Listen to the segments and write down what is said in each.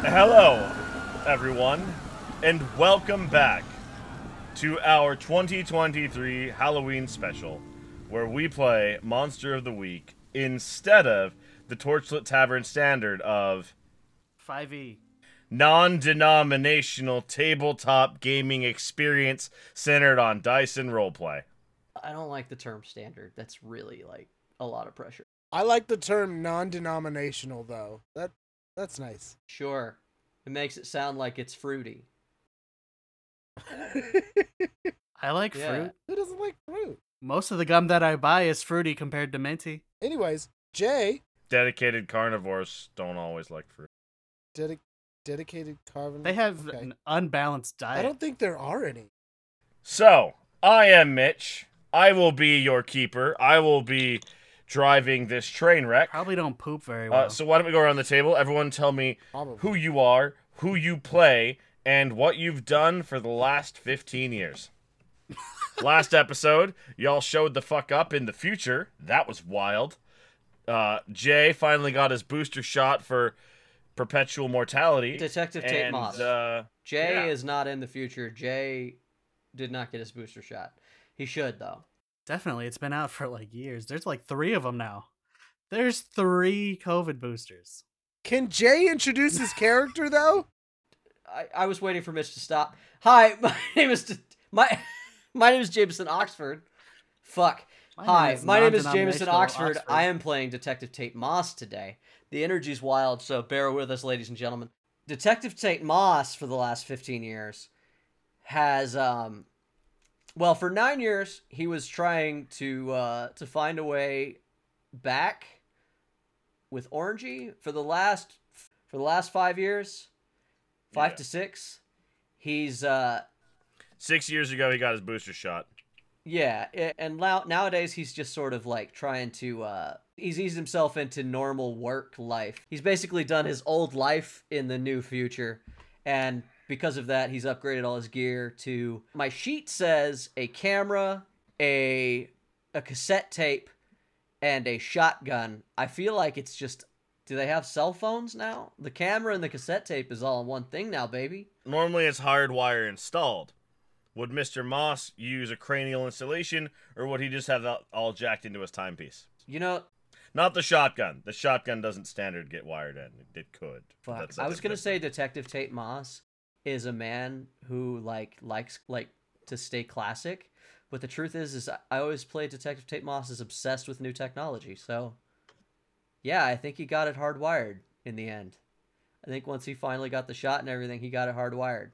Hello, everyone, and welcome back to our 2023 Halloween special, where we play Monster of the Week instead of the Torchlit Tavern standard of 5e. non denominational tabletop gaming experience centered on dice and roleplay. I don't like the term standard. That's really like a lot of pressure. I like the term non-denominational though. That that's nice. Sure. It makes it sound like it's fruity. I like Yeah. fruit. Who doesn't like fruit? Most of the gum that I buy is fruity compared to minty. Anyways, Jay Dedicated carnivores don't always like fruit. dedi- dedicated carbon. They have Okay. an unbalanced I diet. don't think there are any. So, I am Mitch. I will be your keeper. I will be driving this train wreck. Probably don't poop very well. Uh, so, why don't we go around the table? Everyone tell me Probably. who you are, who you play, and what you've done for the last 15 years. last episode, y'all showed the fuck up in the future. That was wild. Uh, Jay finally got his booster shot for perpetual mortality. Detective Tate and, Moss. uh, Jay yeah. is not in the future. Jay did not get his booster shot. He should though. Definitely. It's been out for like years. There's like three of them now. There's three COVID boosters. Can Jay introduce his character though? I, I was waiting for Mitch to stop. Hi, my name is D- my my name is Jameson Oxford. Fuck. My name Hi, is my name is Jameson non-denominational Oxford. I am playing Detective Tate Moss today. The energy's wild, so bear with us, ladies and gentlemen. Detective Tate Moss, for the last 15 years, has, um, well, for nine years, he was trying to uh, to find a way back with Orangey. For the last for the last five years, five Yeah. to six, he's uh, Six years ago, he got his booster shot. yeah, a- and now nowadays he's just sort of like trying to uh he's eased himself into normal work life. He's basically done his old life in the new future and because of that he's upgraded all his gear to my sheet says a camera, a a cassette tape and a shotgun. I feel like it's just do they have cell phones now? The camera and the cassette tape is all in one thing now, baby. Normally, it's hardwire installed. Would Mr. Moss use a cranial installation, or would he just have that all jacked into his timepiece? You know, Not the shotgun. The shotgun doesn't standard get wired in. It could. Fuck. That's- I that's was gonna different. say Detective Tate Moss is a man who like likes like to stay classic, but the truth is is I- I always play Detective Tate Moss is obsessed with new technology. So yeah, I think he got it hardwired in the end. I think once he finally got the shot and everything, he got it hardwired.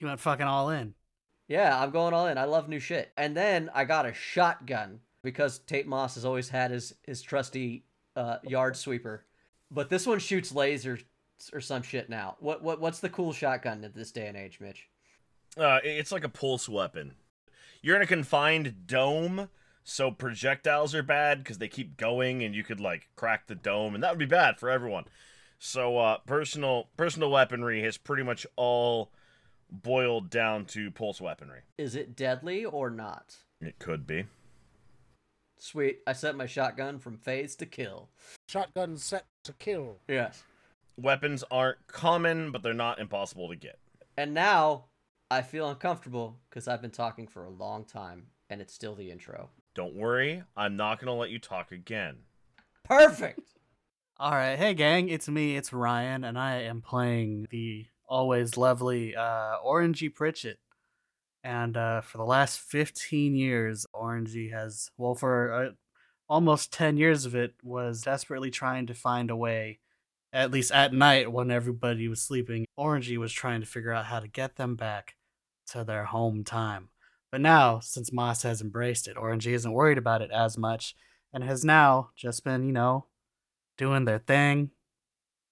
You went fucking all in. Yeah, I'm going all in. I love new shit. And then I got a shotgun because Tate Moss has always had his his trusty uh, yard sweeper, but this one shoots lasers or some shit now. What what what's the cool shotgun at this day and age, Mitch? Uh, it- it's like a pulse weapon. You're in a confined dome, so projectiles are bad because they keep going, and you could like crack the dome, and that would be bad for everyone. So uh, personal personal weaponry has pretty much all boiled down to pulse weaponry. Is it deadly or not? It could be. Sweet, I set my shotgun from phase to kill. Shotgun set to kill. Yes. Weapons aren't common, but they're not impossible to get. And now I feel uncomfortable because I've been talking for a long time and it's still the intro. Don't worry, I'm not gonna let you talk again. Perfect. All right, hey gang, it's me, it's Ryan, and I am playing the always lovely uh, Orangey Pritchett. And uh, for the last 15 years, Orangey has, well, for uh, almost 10 years of it, was desperately trying to find a way, at least at night when everybody was sleeping. Orangey was trying to figure out how to get them back to their home time. But now, since Moss has embraced it, Orangey isn't worried about it as much and has now just been, you know, doing their thing,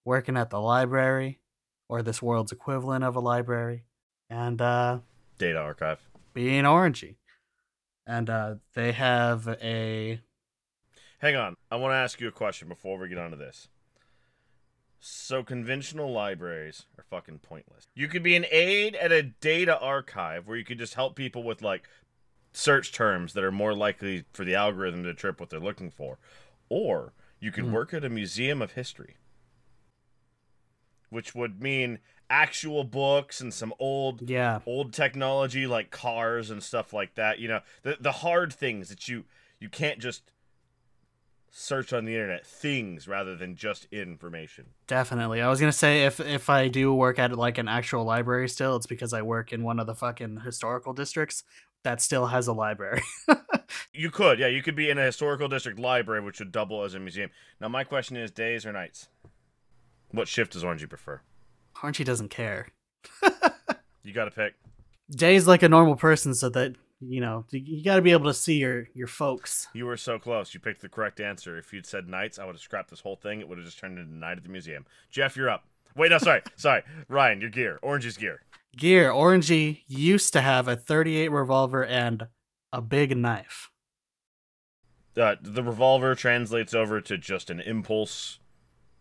working at the library, or this world's equivalent of a library, and uh, Data archive. being orangey. And uh, they have a. Hang on. I want to ask you a question before we get onto this. So conventional libraries are fucking pointless. You could be an aide at a data archive where you could just help people with like search terms that are more likely for the algorithm to trip what they're looking for. Or you could Hmm. work at a museum of history which would mean actual books and some old Yeah. old technology like cars and stuff like that you know the the hard things that you you can't just search on the internet things rather than just information Definitely. I was gonna say if if I do work at like an actual library still, it's because I work in one of the fucking historical districts that still has a library. you could yeah you could be in a historical district library which would double as a museum now my question is days or nights what shift does orange you prefer Archie doesn't care. you gotta pick Day's like a normal person, so that you know you- you got to be able to see your your folks. you were so close you picked the correct answer if you'd said nights i would have scrapped this whole thing it would have just turned into night at the museum jeff you're up wait no sorry sorry ryan your gear orange's gear Gear Orangey used to have a 38 revolver and a big knife. uh, the revolver translates over to just an impulse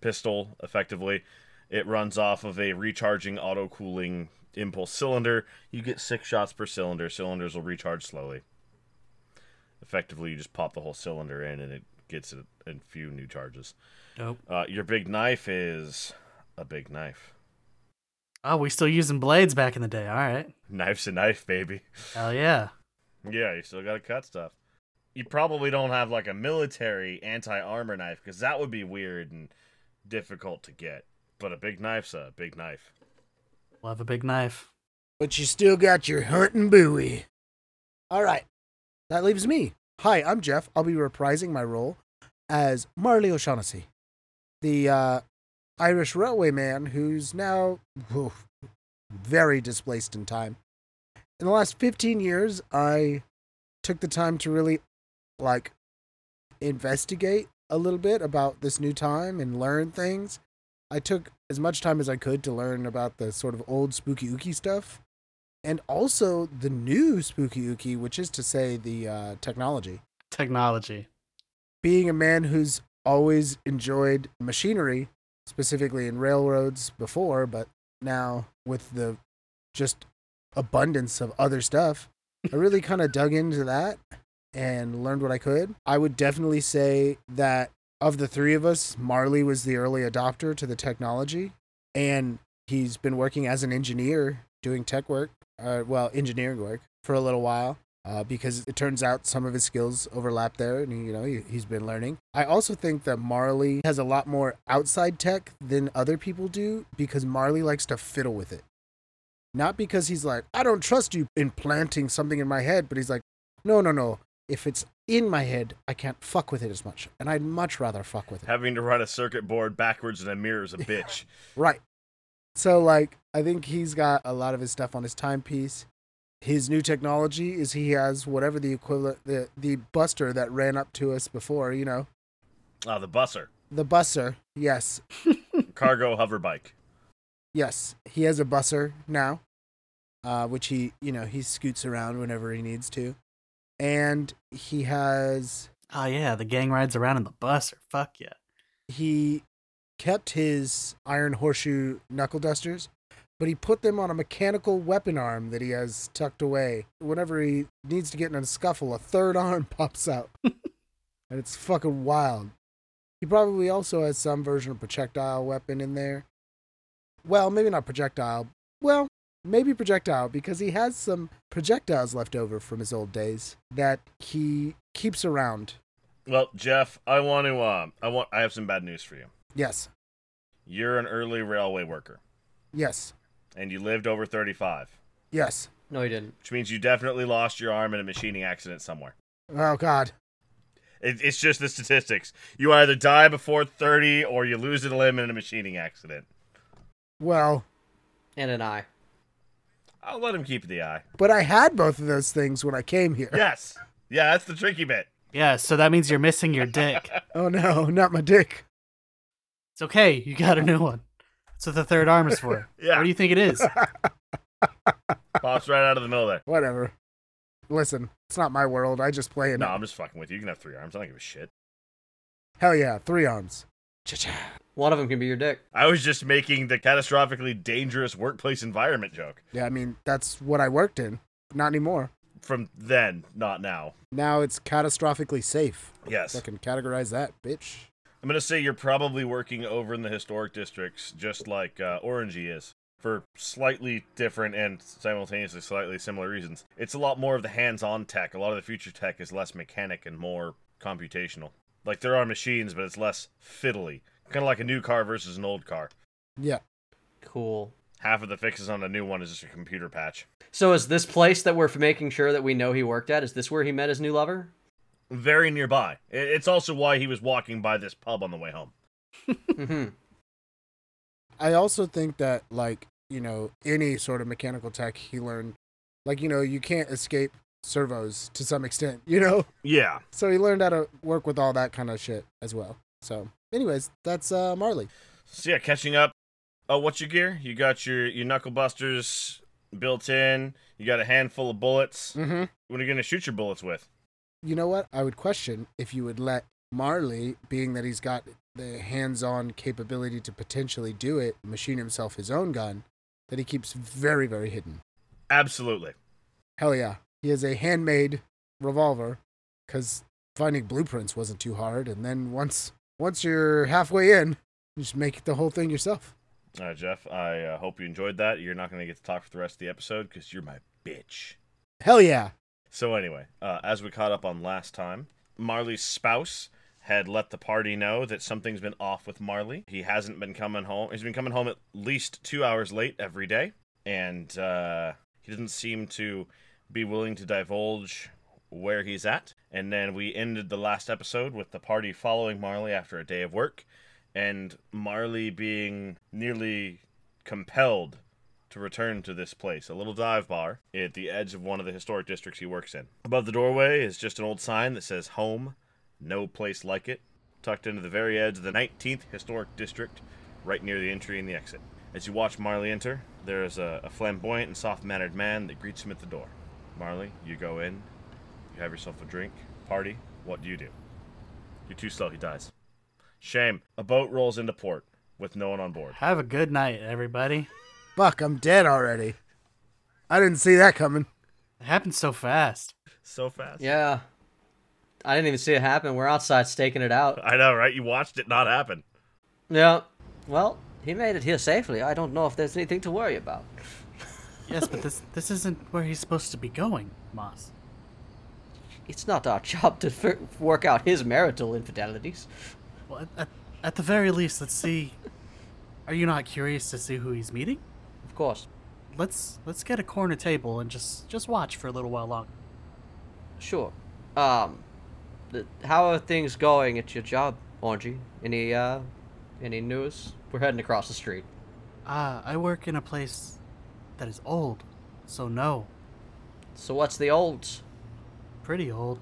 pistol effectively it runs off of a recharging auto cooling impulse cylinder you get six shots per cylinder cylinders will recharge slowly effectively you just pop the whole cylinder in and it gets a, a few new charges Nope. uh, your big knife is a big knife Oh, we still using blades back in the day. All right. knife's a knife baby Hell yeah. Yeah, you still gotta cut stuff. You probably don't have like a military anti armor knife because that would be weird and difficult to get. But a big knife's a big knife. Love a big knife. But you still got your hunting buoy. All right. That leaves me. Hi, I'm Jeff. I'll be reprising my role as Marley O'Shaughnessy, the uh, Irish railway man who's now whew, very displaced in time. In the last 15 years, I took the time to really like investigate a little bit about this new time and learn things. I took as much time as I could to learn about the sort of old spooky ooky stuff and also the new spooky ooky, which is to say the uh, technology. Technology. Being a man who's always enjoyed machinery, specifically in railroads before, but now with the just abundance of other stuff, I really kind of dug into that and learned what I could. I would definitely say that of the three of us, Marley was the early adopter to the technology, and he's been working as an engineer doing tech work, uh, well, engineering work for a little while. Uh, because it turns out some of his skills overlap there, and you know he, he's been learning. I also think that Marley has a lot more outside tech than other people do because Marley likes to fiddle with it. Not because he's like, I don't trust you implanting something in my head, but he's like, no, no, no. If it's in my head, I can't fuck with it as much, and I'd much rather fuck with it. Having to run a circuit board backwards in a mirror is a bitch. Right. So like I think he's got a lot of his stuff on his timepiece. His new technology is he has whatever the equivalent the the buster that ran up to us before, you know. Ah, the busser. The buster. Yes. Cargo hover bike. Yes. He has a buster now. Uh which he, you know, he scoots around whenever he needs to. And he has Oh yeah, the gang rides around in the bus. Or fuck yeah. he kept his iron horseshoe knuckle dusters, but he put them on a mechanical weapon arm that he has tucked away. Whenever he needs to get in a scuffle, a third arm pops out. and it's fucking wild. He probably also has some version of projectile weapon in there. Well, maybe not projectile. Well, maybe projectile because he has some projectiles left over from his old days that he keeps around. Well, Jeff, I want to. Um, I want. I have some bad news for you. Yes. You're an early railway worker, Yes. and you lived over 35, Yes. No, he didn't. which means you definitely lost your arm in a machining accident somewhere. Oh god. It, it's just the statistics. You either die before 30 or you lose a limb in a machining accident. Well, And an eye. I'll let him keep the eye. but I had both of those things when I came here. Yes. Yeah, that's the tricky bit. Yeah. So that means you're missing your dick. Oh no, not my dick. It's okay. You got a new one. That's what the third arm is for. Yeah. What do you think it is? Pops right out of the middle there. Whatever. Listen, it's not my world. I just play in No, it. I'm just fucking with you. You can have three arms. I don't give a shit. Hell yeah, three arms. Cha-cha. One of them can be your dick. I was just making the catastrophically dangerous workplace environment joke. Yeah, I mean that's what I worked in. Not anymore. From then, not now. Now it's catastrophically safe. Yes. I can categorize that, bitch. I'm gonna say you're probably working over in the historic districts, just like uh, Orangey is, for slightly different and simultaneously slightly similar reasons. It's a lot more of the hands-on tech. A lot of the future tech is less mechanic and more computational. Like there are machines, but it's less fiddly. Kind of like a new car versus an old car. Yeah. Cool. Half of the fixes on a new one is just a computer patch. So is this place that we're f- making sure that we know he worked at? Is this where he met his new lover? Very nearby. I- It's also why he was walking by this pub on the way home. hmm I also think that like, you know, any sort of mechanical tech he learned like, you know, you can't escape servos to some extent, you know? Yeah. So he learned how to work with all that kind of shit as well. So anyways, that's uh Marley. So yeah, catching up. Oh, what's your gear? You got your your knuckle busters built in. You got a handful of bullets. Mm-hmm. What are you gonna shoot your bullets with? You know what? I would question if you would let Marley, being that he's got the hands on capability to potentially do it, machine himself his own gun that he keeps very, very hidden. Absolutely. Hell yeah. He has a handmade revolver because finding blueprints wasn't too hard. And then once once you're halfway in, you just make the whole thing yourself. All right, Jeff. I uh, hope you enjoyed that. You're not gonna get to talk for the rest of the episode because you're my bitch. Hell yeah. So anyway, uh, as we caught up on last time, Marley's spouse had let the party know that something's been off with Marley. He hasn't been coming home. He's been coming home at least two hours late every day, and uh, he doesn't seem to be willing to divulge where he's at. And then we ended the last episode with the party following Marley after a day of work, and Marley being nearly compelled to return to this place, a little dive bar at the edge of one of the historic districts he works in. Above the doorway is just an old sign that says home, no place like it, tucked into the very edge of the 19th historic district, right near the entry and the exit. As you watch Marley enter, there is a, a flamboyant and soft mannered man that greets him at the door. Marley, you go in, you have yourself a drink, party, what do you do? You're too slow, he dies. Shame. A boat rolls into port with no one on board. Have a good night, everybody. Fuck, I'm dead already. I didn't see that coming. It happened so fast. So fast. Yeah. I didn't even see it happen. We're outside staking it out. I know, right? You watched it not happen. Yeah. Well, he made it here safely. I don't know if there's anything to worry about. Yes, but this this isn't where he's supposed to be going, Moss. It's not our job to f- work out his marital infidelities. Well, at, at, at the very least, let's see. Are you not curious to see who he's meeting? Of course. Let's let's get a corner table and just just watch for a little while longer. Sure. Um, th- how are things going at your job, Orangey? Any uh, any news? We're heading across the street. Ah, I work in a place that is old, so no, So what's the olds? pretty old.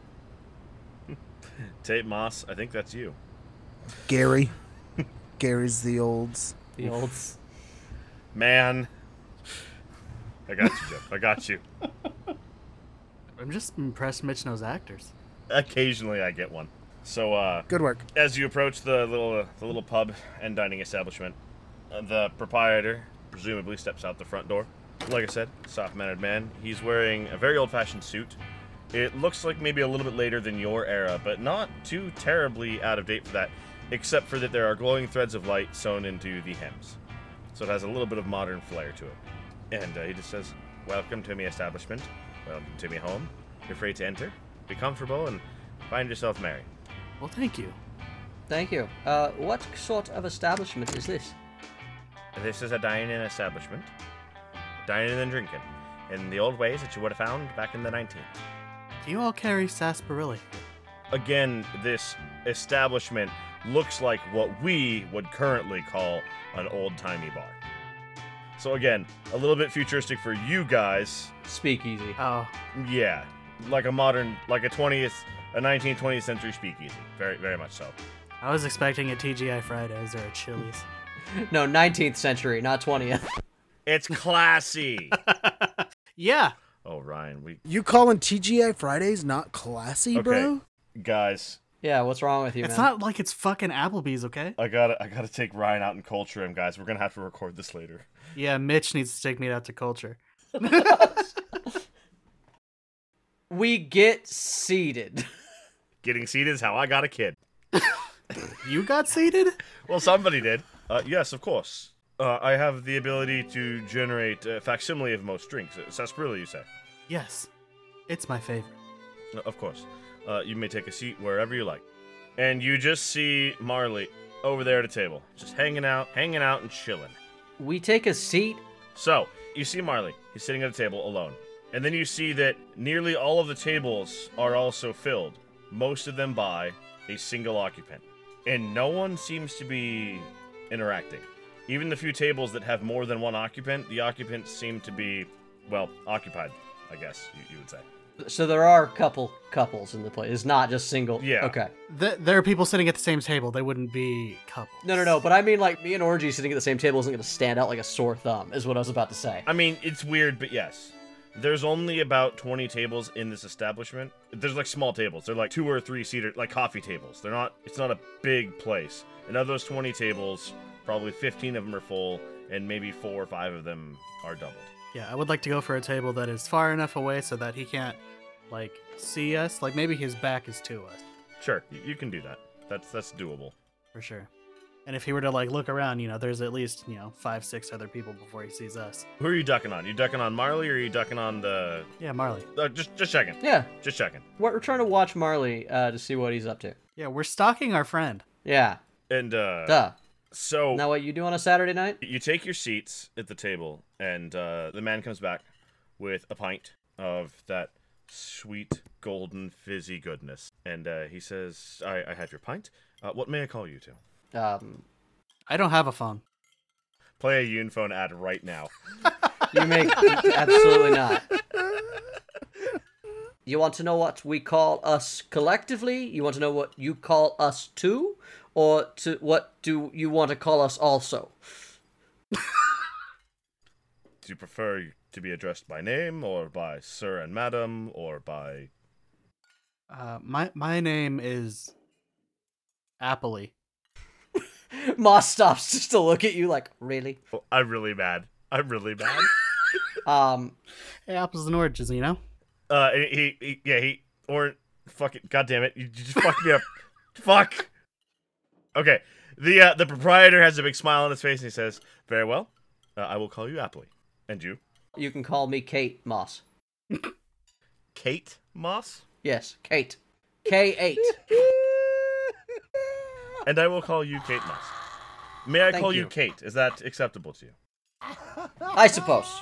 Tate Moss, I think that's you. Gary. Gary's the olds. The olds. Man. I got you, Jeff. I got you. I'm just impressed Mitch knows actors. Occasionally I get one. So uh Good work. as you approach the little uh, the little pub and dining establishment, uh, the proprietor presumably steps out the front door. Like I said, soft-mannered man. He's wearing a very old-fashioned suit. It looks like maybe a little bit later than your era, but not too terribly out of date for that, except for that there are glowing threads of light sewn into the hems. So it has a little bit of modern flair to it. And uh, he just says, "Welcome to me establishment. Welcome to me home. You're free to enter. Be comfortable and find yourself merry." Well, thank you. Thank you. Uh, what sort of establishment is this? This is a dining establishment. Dining and drinking. In the old ways that you would have found back in the 19th. Do you all carry sarsaparilla? Again, this establishment looks like what we would currently call an old timey bar. So, again, a little bit futuristic for you guys. Speakeasy. Oh, Yeah, like a modern, like a 20th, a 19th, 20th century speakeasy. Very, very much so. I was expecting a TGI Fridays or a Chili's. No, 19th century, not 20th. It's classy. yeah, oh, Ryan, we. You calling TGI Fridays not classy, bro? Guys, Yeah, what's wrong with you, it's man? not like it's fucking Applebee's, okay? I gotta, I gotta take Ryan out and culture him, guys. We're gonna have to record this later. Yeah, Mitch needs to take me out to culture. We get seated. Getting seated is how I got a kid. You got seated? Well, somebody did. Uh, yes, of course. Uh, I have the ability to generate a facsimile of most drinks. Uh, Sarsaparilla, you say? Yes. It's my favorite. Uh, Of course. Uh, you may take a seat wherever you like. And you just see Marley over there at a table, just hanging out, hanging out, and chilling. We take a seat. So, you see Marley. He's sitting at a table alone. And then you see that nearly all of the tables are also filled, most of them by a single occupant. And no one seems to be interacting. Even the few tables that have more than one occupant, the occupants seem to be, well, occupied, I guess you, you would say. So there are a couple couples in the play. It's not just single. Yeah. Okay. Th- there are people sitting at the same table. They wouldn't be couples. No, no, no. But I mean, like, me and Orangey sitting at the same table isn't going to stand out like a sore thumb, is what I was about to say. I mean, it's weird, but yes. There's only about 20 tables in this establishment. There's like small tables. They're like two or three seater, like coffee tables. They're not, it's not a big place. And of those 20 tables, probably 15 of them are full, and maybe four or five of them are doubled. Yeah, I would like to go for a table that is far enough away so that he can't, like, see us. Like, maybe his back is to us, Sure, y- you can do that. That's that's doable. for sure. And if he were to, like, look around, you know, there's at least, you know, five, six other people before he sees us. Who are you ducking on? You ducking on Marley, or are you ducking on the? Yeah, Marley. Uh, just just checking. Yeah. Just checking. We're, we're trying to watch Marley uh, to see what he's up to. Yeah, we're stalking our friend. Yeah. And uh, oh. Duh. so Now, what you do on a Saturday night? You take your seats at the table, and uh, the man comes back with a pint of that sweet, golden, fizzy goodness. And uh, he says, I, I have your pint. Uh, what may I call you to? Um, I don't have a phone. Play a Unifone ad right now. you make absolutely not. You want to know what we call us collectively? You want to know what you call us too, or to what do you want to call us also? Do you prefer to be addressed by name, or by sir and madam, or by. Uh, my my name is Appley. Moss stops just to look at you like, really? Oh, I'm really mad. I'm really mad. Um, Hey, apples and oranges, you know. uh, and he, he, yeah, he, or, fuck it, god damn it, you you just fucked me up. Fuck. Okay, the uh, the proprietor has a big smile on his face and he says, "Very well, uh, I will call you Appley, and you, you can call me Kate Moss. Kate Moss, Yes, Kate. K8. and I will call you Kate Moss. May I Thank call you. you. Kate? Is that acceptable to you? I suppose.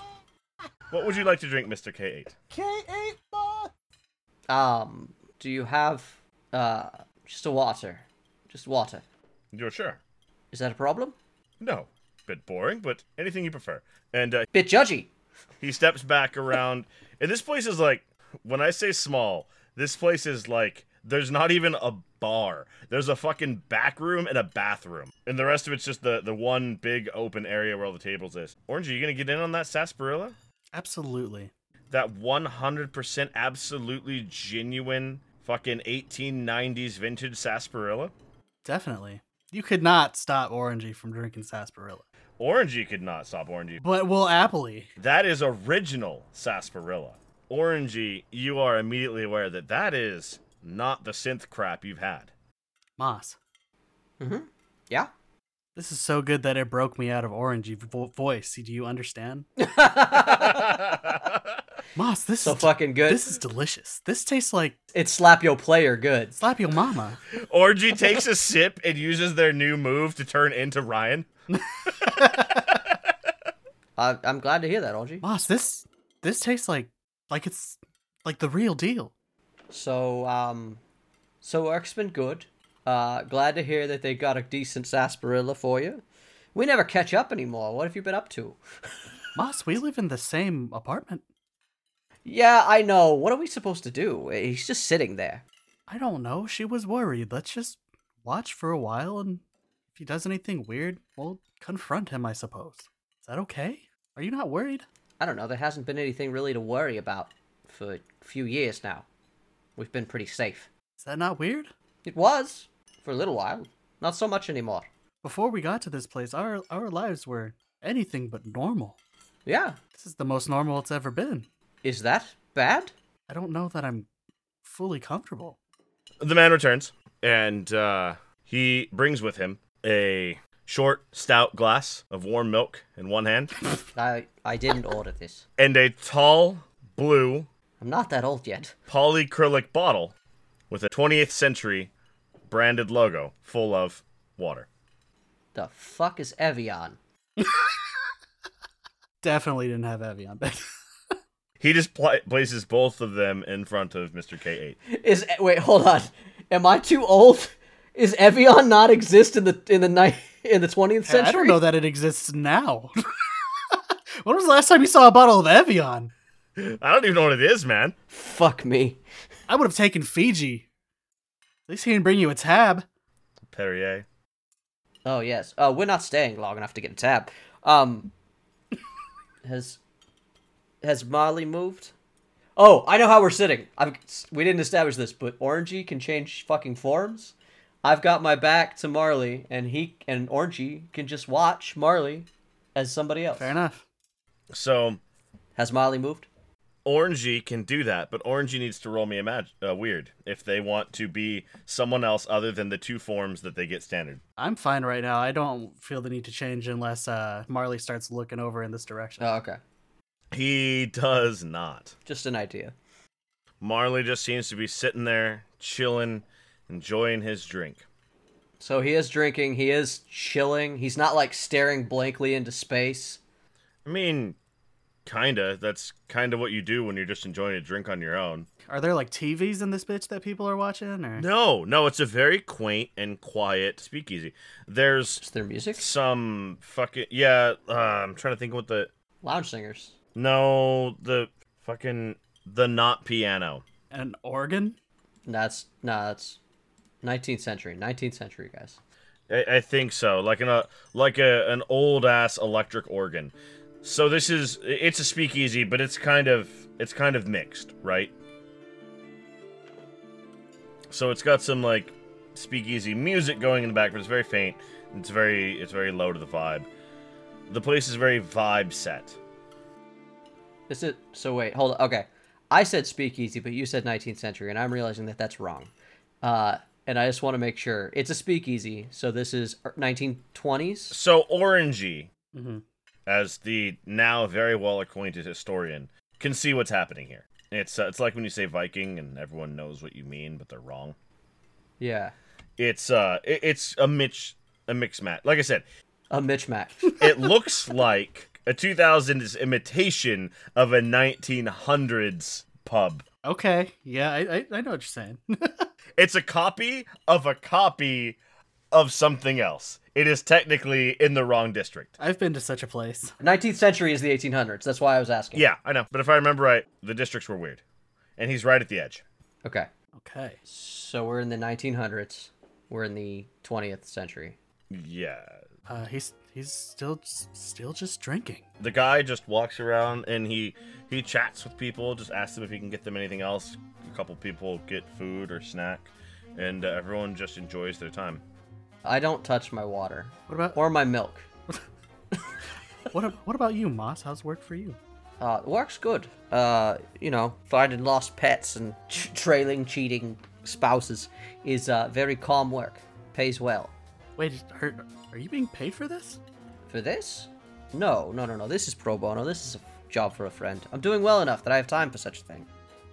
What would you like to drink, Mister K Eight? K8 Moth! Um, do you have uh just a water? Just water. You're sure? Is that a problem? No, bit boring, but anything you prefer. And uh, Bit judgy. He steps back around, and this place is like, when I say small, this place is like, there's not even a bar. There's a fucking back room and a bathroom, and the rest of it's just the the one big open area where all the tables is. Orange, are you gonna get in on that sarsaparilla? Absolutely. That 100% absolutely genuine fucking 1890s vintage sarsaparilla? Definitely. You could not stop Orangey from drinking sarsaparilla. Orangey could not stop Orangey. But will Appley? That is original sarsaparilla. Orangey, you are immediately aware that that is not the synth crap you've had. Moss. Mm-hmm. Yeah. This is so good that it broke me out of Orangey vo- voice. Do you understand? Moss, this so is fucking good. this is delicious. This tastes like It's slap yo player good. slap your mama. Orangey takes a sip and uses their new move to turn into Ryan. I, I'm glad to hear that, Orangey. Moss, this this tastes like like it's like the real deal. So, um, so work's been good. Uh, glad to hear that they got a decent sarsaparilla for you. We never catch up anymore. What have you been up to? Moss, we live in the same apartment. Yeah, I know. What are we supposed to do? He's just sitting there. I don't know. She was worried. Let's just watch for a while, and if he does anything weird, we'll confront him, I suppose. Is that okay? Are you not worried? I don't know. There hasn't been anything really to worry about for a few years now. We've been pretty safe. Is that not weird? It was for a little while. Not so much anymore. Before we got to this place, our, our lives were anything but normal. Yeah. This is the most normal it's ever been. Is that bad? I don't know that I'm fully comfortable. The man returns, and uh, He brings with him a short, stout glass of warm milk in one hand I I didn't order this. and a tall, blue, I'm not that old yet. polycrylic bottle with a 20th century branded logo full of water. The fuck is Evian? Definitely didn't have Evian back. He just pla places both of them in front of Mr. K8. Is wait, hold on. Am I too old? Is Evian not exist in the in the ni- in the 20th Hey, century? I don't know that it exists now. when was the last time you saw a bottle of Evian? I don't even know what it is, man. Fuck me. I would have taken Fiji. At least he didn't bring you a tab. Perrier. Oh yes. Uh, we're not staying long enough to get a tab. Um, has has Molly moved? Oh, I know how we're sitting. I've we didn't establish this, but Orangey can change fucking forms. I've got my back to Marley, and he and Orangey can just watch Marley as somebody else. Fair enough. So, Has Molly moved? Orangey can do that, but Orangey needs to roll me a mag- uh, weird if they want to be someone else other than the two forms that they get standard. I'm fine right now. I don't feel the need to change unless uh, Marley starts looking over in this direction. Oh, okay. He does not. Just an idea. Marley just seems to be sitting there, chilling, enjoying his drink. So he is drinking. He is chilling. He's not like staring blankly into space. I mean, kinda. That's kinda what you do when you're just enjoying a drink on your own. Are there like TVs in this bitch that people are watching? Or No, no, it's a very quaint and quiet speakeasy. There's Is there music? some fucking yeah. Uh, I'm trying to think what the Lounge singers. no the fucking the not piano. an organ? That's nah, that's 19th century. 19th century guys. I, I think so. Like an a like a an old ass electric organ. So this is it's a speakeasy, but it's kind of it's kind of mixed, right? So it's got some like speakeasy music going in the back, but it's very faint. It's very it's very low to the vibe. The place is very vibe set. Is it? So wait, hold on. Okay, I said speakeasy, but you said 19th century, and I'm realizing that that's wrong. Uh, and I just want to make sure it's a speakeasy. So this is 1920s. So orangey, hmm as the now very well acquainted historian, can see what's happening here. It's uh, it's like when you say Viking and everyone knows what you mean, but they're wrong. Yeah, it's uh it- it's a mix a mix match like i said a Mitch Mac. it looks like a 2000s imitation of a 1900s pub Okay. Yeah, I, I, I know what you're saying. it's a copy of a copy of something else it is technically in the wrong district I've been to such a place. 19th century is the 1800s. That's why I was asking. yeah i know but if i remember right the districts were weird and he's right at the edge Okay. Okay. So we're in the 1900s. We're in the 20th century. yeah Uh, he's he's still still just drinking. the guy just walks around and he he chats with people just asks them if he can get them anything else a couple people get food or snack and uh, everyone just enjoys their time I don't touch my water What about or my milk. what, ab- what about you, Moss? How's work for you? Uh, it works good. Uh, you know, finding lost pets and ch- trailing cheating spouses is uh, very calm work. Pays well. Wait, are, are you being paid for this? For this? No, no, no, no. This is pro bono. This is a f- job for a friend. I'm doing well enough that I have time for such a thing.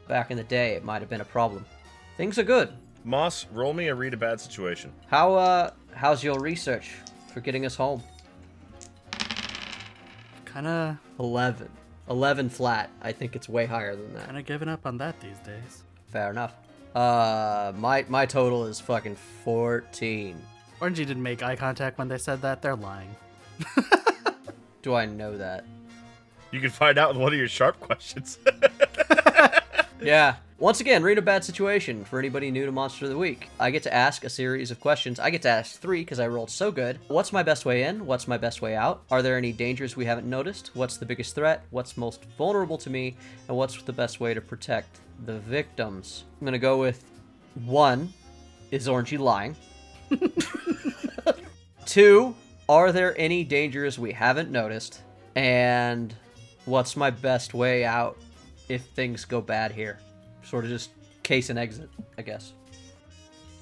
Back in the day, it might have been a problem. Things are good. moss roll me a read a bad situation How uh, how's your research for getting us home? Kind of Eleven. Eleven flat. I think it's way higher than that. kind of giving up on that these days. Fair enough. Uh, my my total is fucking fourteen. Orangey didn't make eye contact when they said that. They're lying. Do I know that? you can find out with one of your sharp questions Yeah. Once again, read a bad situation for anybody new to Monster of the Week. I get to ask a series of questions. I get to ask three because I rolled so good. What's my best way in? What's my best way out? Are there any dangers we haven't noticed? What's the biggest threat? What's most vulnerable to me? And what's the best way to protect the victims? I'm going to go with one is Orangey lying? Two, are there any dangers we haven't noticed? And what's my best way out if things go bad here? Sort of just case and exit, I guess.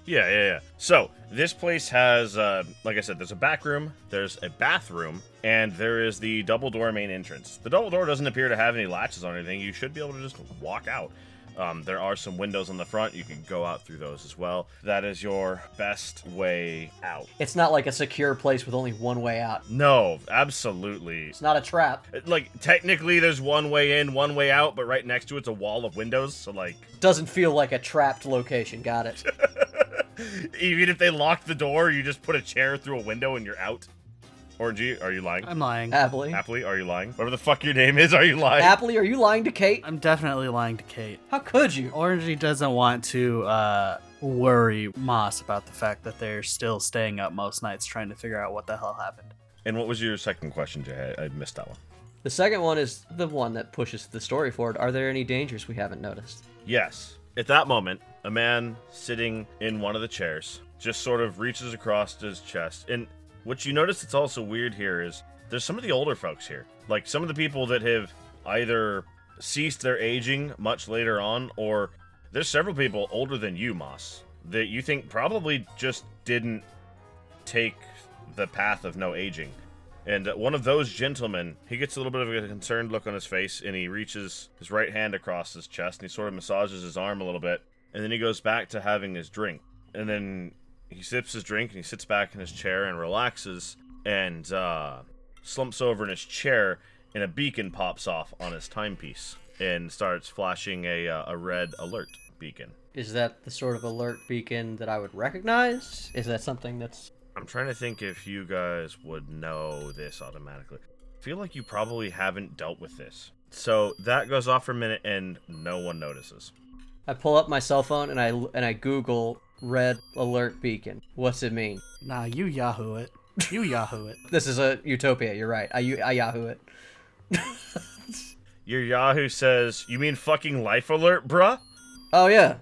Yeah, yeah, yeah. So this place has, uh, like I said, there's a back room, there's a bathroom, and there is the double door main entrance. The double door doesn't appear to have any latches on anything. You should be able to just walk out. Um, there are some windows on the front. You can go out through those as well. That is your best way out. It's not like a secure place with only one way out. No, absolutely. It's not a trap. Like technically, there's one way in, one way out, but right next to it's a wall of windows. So like, Doesn't feel like a trapped location. Got it. even if they lock the door, you just put a chair through a window and you're out. Orangey, are you lying? I'm lying. Appley. Happily, are you lying? Whatever the fuck your name is, are you lying? Appley, are you lying to Kate? I'm definitely lying to Kate. How could you? Orangey doesn't want to uh, worry Moss about the fact that they're still staying up most nights trying to figure out what the hell happened. and what was your second question, Jay? I, I missed that one. The second one is the one that pushes the story forward. Are there any dangers we haven't noticed? Yes. At that moment, a man sitting in one of the chairs just sort of reaches across to his chest. And what you notice that's also weird here is there's some of the older folks here. Like some of the people that have either ceased their aging much later on, or there's several people older than you, Moss, that you think probably just didn't take the path of no aging. And uh, one of those gentlemen, he gets a little bit of a concerned look on his face, and he reaches his right hand across his chest, and he sort of massages his arm a little bit, and then he goes back to having his drink. And then he sips his drink, and he sits back in his chair and relaxes, and uh, slumps over in his chair, and a beacon pops off on his timepiece and starts flashing a, uh, a red alert beacon. Is that the sort of alert beacon that I would recognize? Is that something that's. I'm trying to think if you guys would know this automatically. I feel like you probably haven't dealt with this. So that goes off for a minute and no one notices. I pull up my cell phone and I and I Google red alert beacon. What's it mean? Nah, you Yahoo it. You Yahoo it. This is a utopia. You're right. I, I Yahoo it. Your Yahoo says, You mean fucking life alert, bruh? Oh yeah.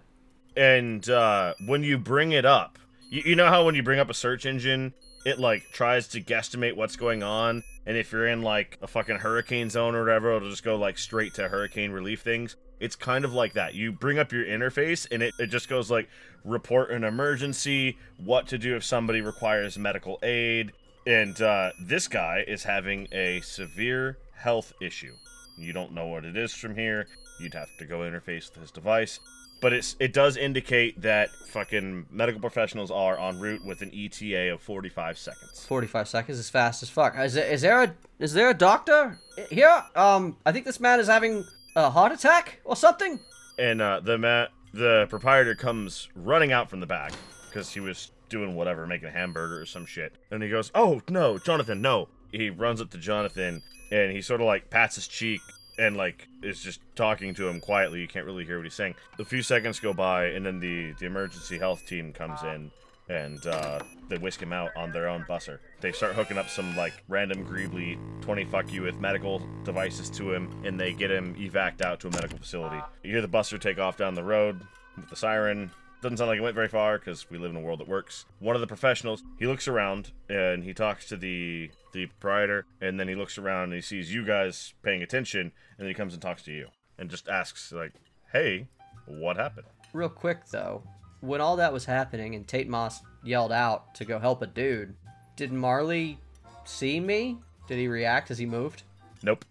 And uh, when you bring it up, you, you know how when you bring up a search engine, it like tries to guesstimate what's going on. And if you're in like a fucking hurricane zone or whatever, it'll just go like straight to hurricane relief things. It's kind of like that. You bring up your interface and it, it just goes like report an emergency, what to do if somebody requires medical aid. And uh, this guy is having a severe health issue. You don't know what it is from here. You'd have to go interface with his device but it's it does indicate that fucking medical professionals are en route with an ETA of 45 seconds. 45 seconds is fast as fuck. Is there, is there a is there a doctor here? Um, I think this man is having a heart attack or something. And uh, the ma- the proprietor comes running out from the back because he was doing whatever, making a hamburger or some shit. And he goes, "Oh no, Jonathan, no!" He runs up to Jonathan and he sort of like pats his cheek and like is just talking to him quietly. You can't really hear what he's saying. A few seconds go by, and then the the emergency health team comes in. And uh, they whisk him out on their own busser. They start hooking up some like random Greebly 20 fuck you with medical devices to him, and they get him evac'd out to a medical facility. You hear the busser take off down the road with the siren. Doesn't sound like it went very far because we live in a world that works. One of the professionals, he looks around and he talks to the the proprietor, and then he looks around and he sees you guys paying attention, and then he comes and talks to you and just asks like, "Hey, what happened?" Real quick though, when all that was happening and Tate Moss yelled out to go help a dude, did Marley see me? Did he react as he moved? Nope,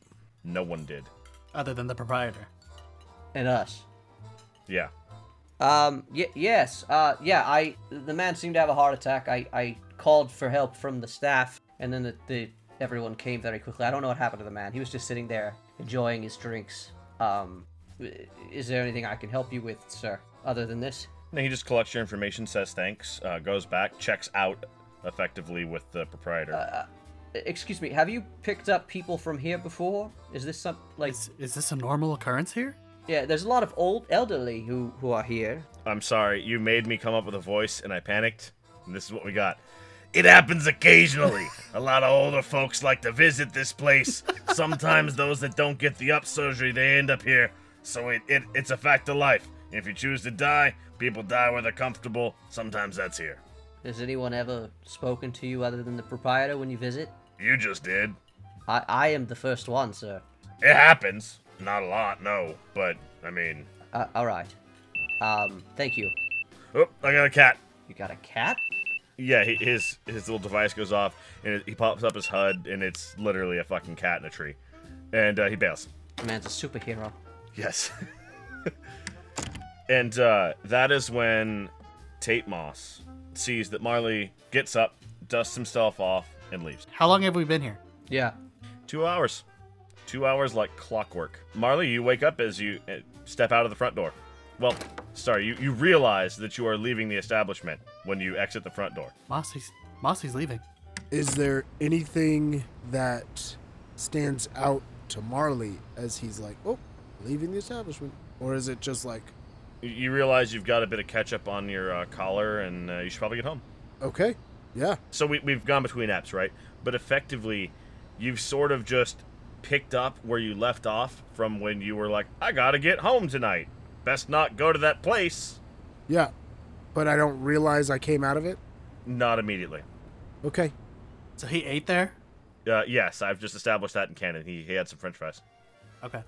no one did. Other than the proprietor. And us. Yeah, Um. Y- yes. Uh. Yeah. I. The man seemed to have a heart attack. I. I called for help from the staff, and then the, the everyone came very quickly. I don't know what happened to the man. He was just sitting there enjoying his drinks. Um. i- Is there anything I can help you with, sir? Other than this? And he just collects your information, says thanks, uh, goes back, checks out effectively with the proprietor. E- Excuse me. Have you picked up people from here before? Is this some like? Is, is this a normal occurrence here? Yeah. There's a lot of old elderly who who are here. I'm sorry, you made me come up with a voice and I panicked. And this is what we got. It happens occasionally. A lot of older folks like to visit this place. Sometimes those that don't get the up surgery, they end up here. So it, it it's a fact of life. If you choose to die, people die where they're comfortable. Sometimes that's here. Has anyone ever spoken to you other than the proprietor when you visit? You just did. I I am the first one, sir. It happens. Not a lot, no, but I mean, Uh, all right. Um. Thank you. oh, I got a cat. You got a cat? Yeah, he, his his little device goes off, and it, he pops up his HUD, and it's literally a fucking cat in a tree, and uh, he bails. The man's a superhero. Yes. and uh, that is when Tate Moss sees that Marley gets up, dusts himself off, and leaves. How long have we been here? Yeah. Two hours. Two hours like clockwork. Marley, you wake up as you uh, step out of the front door. Well, sorry, you, you realize that you are leaving the establishment when you exit the front door. Mossy's Mossy's leaving. Is there anything that stands out to Marley as he's like, oh, leaving the establishment? Or is it just like, You- You realize you've got a bit of ketchup on your uh, collar, and uh, you should probably get home. okay, yeah, so we, we've gone between apps, right? But effectively, you've sort of just picked up where you left off from when you were like, I gotta get home tonight. Best not go to that place. yeah. But I don't realize I came out of it? Not immediately. Okay, So he ate there? Uh, yes, I've just established that in canon. He, he had some french fries. Okay.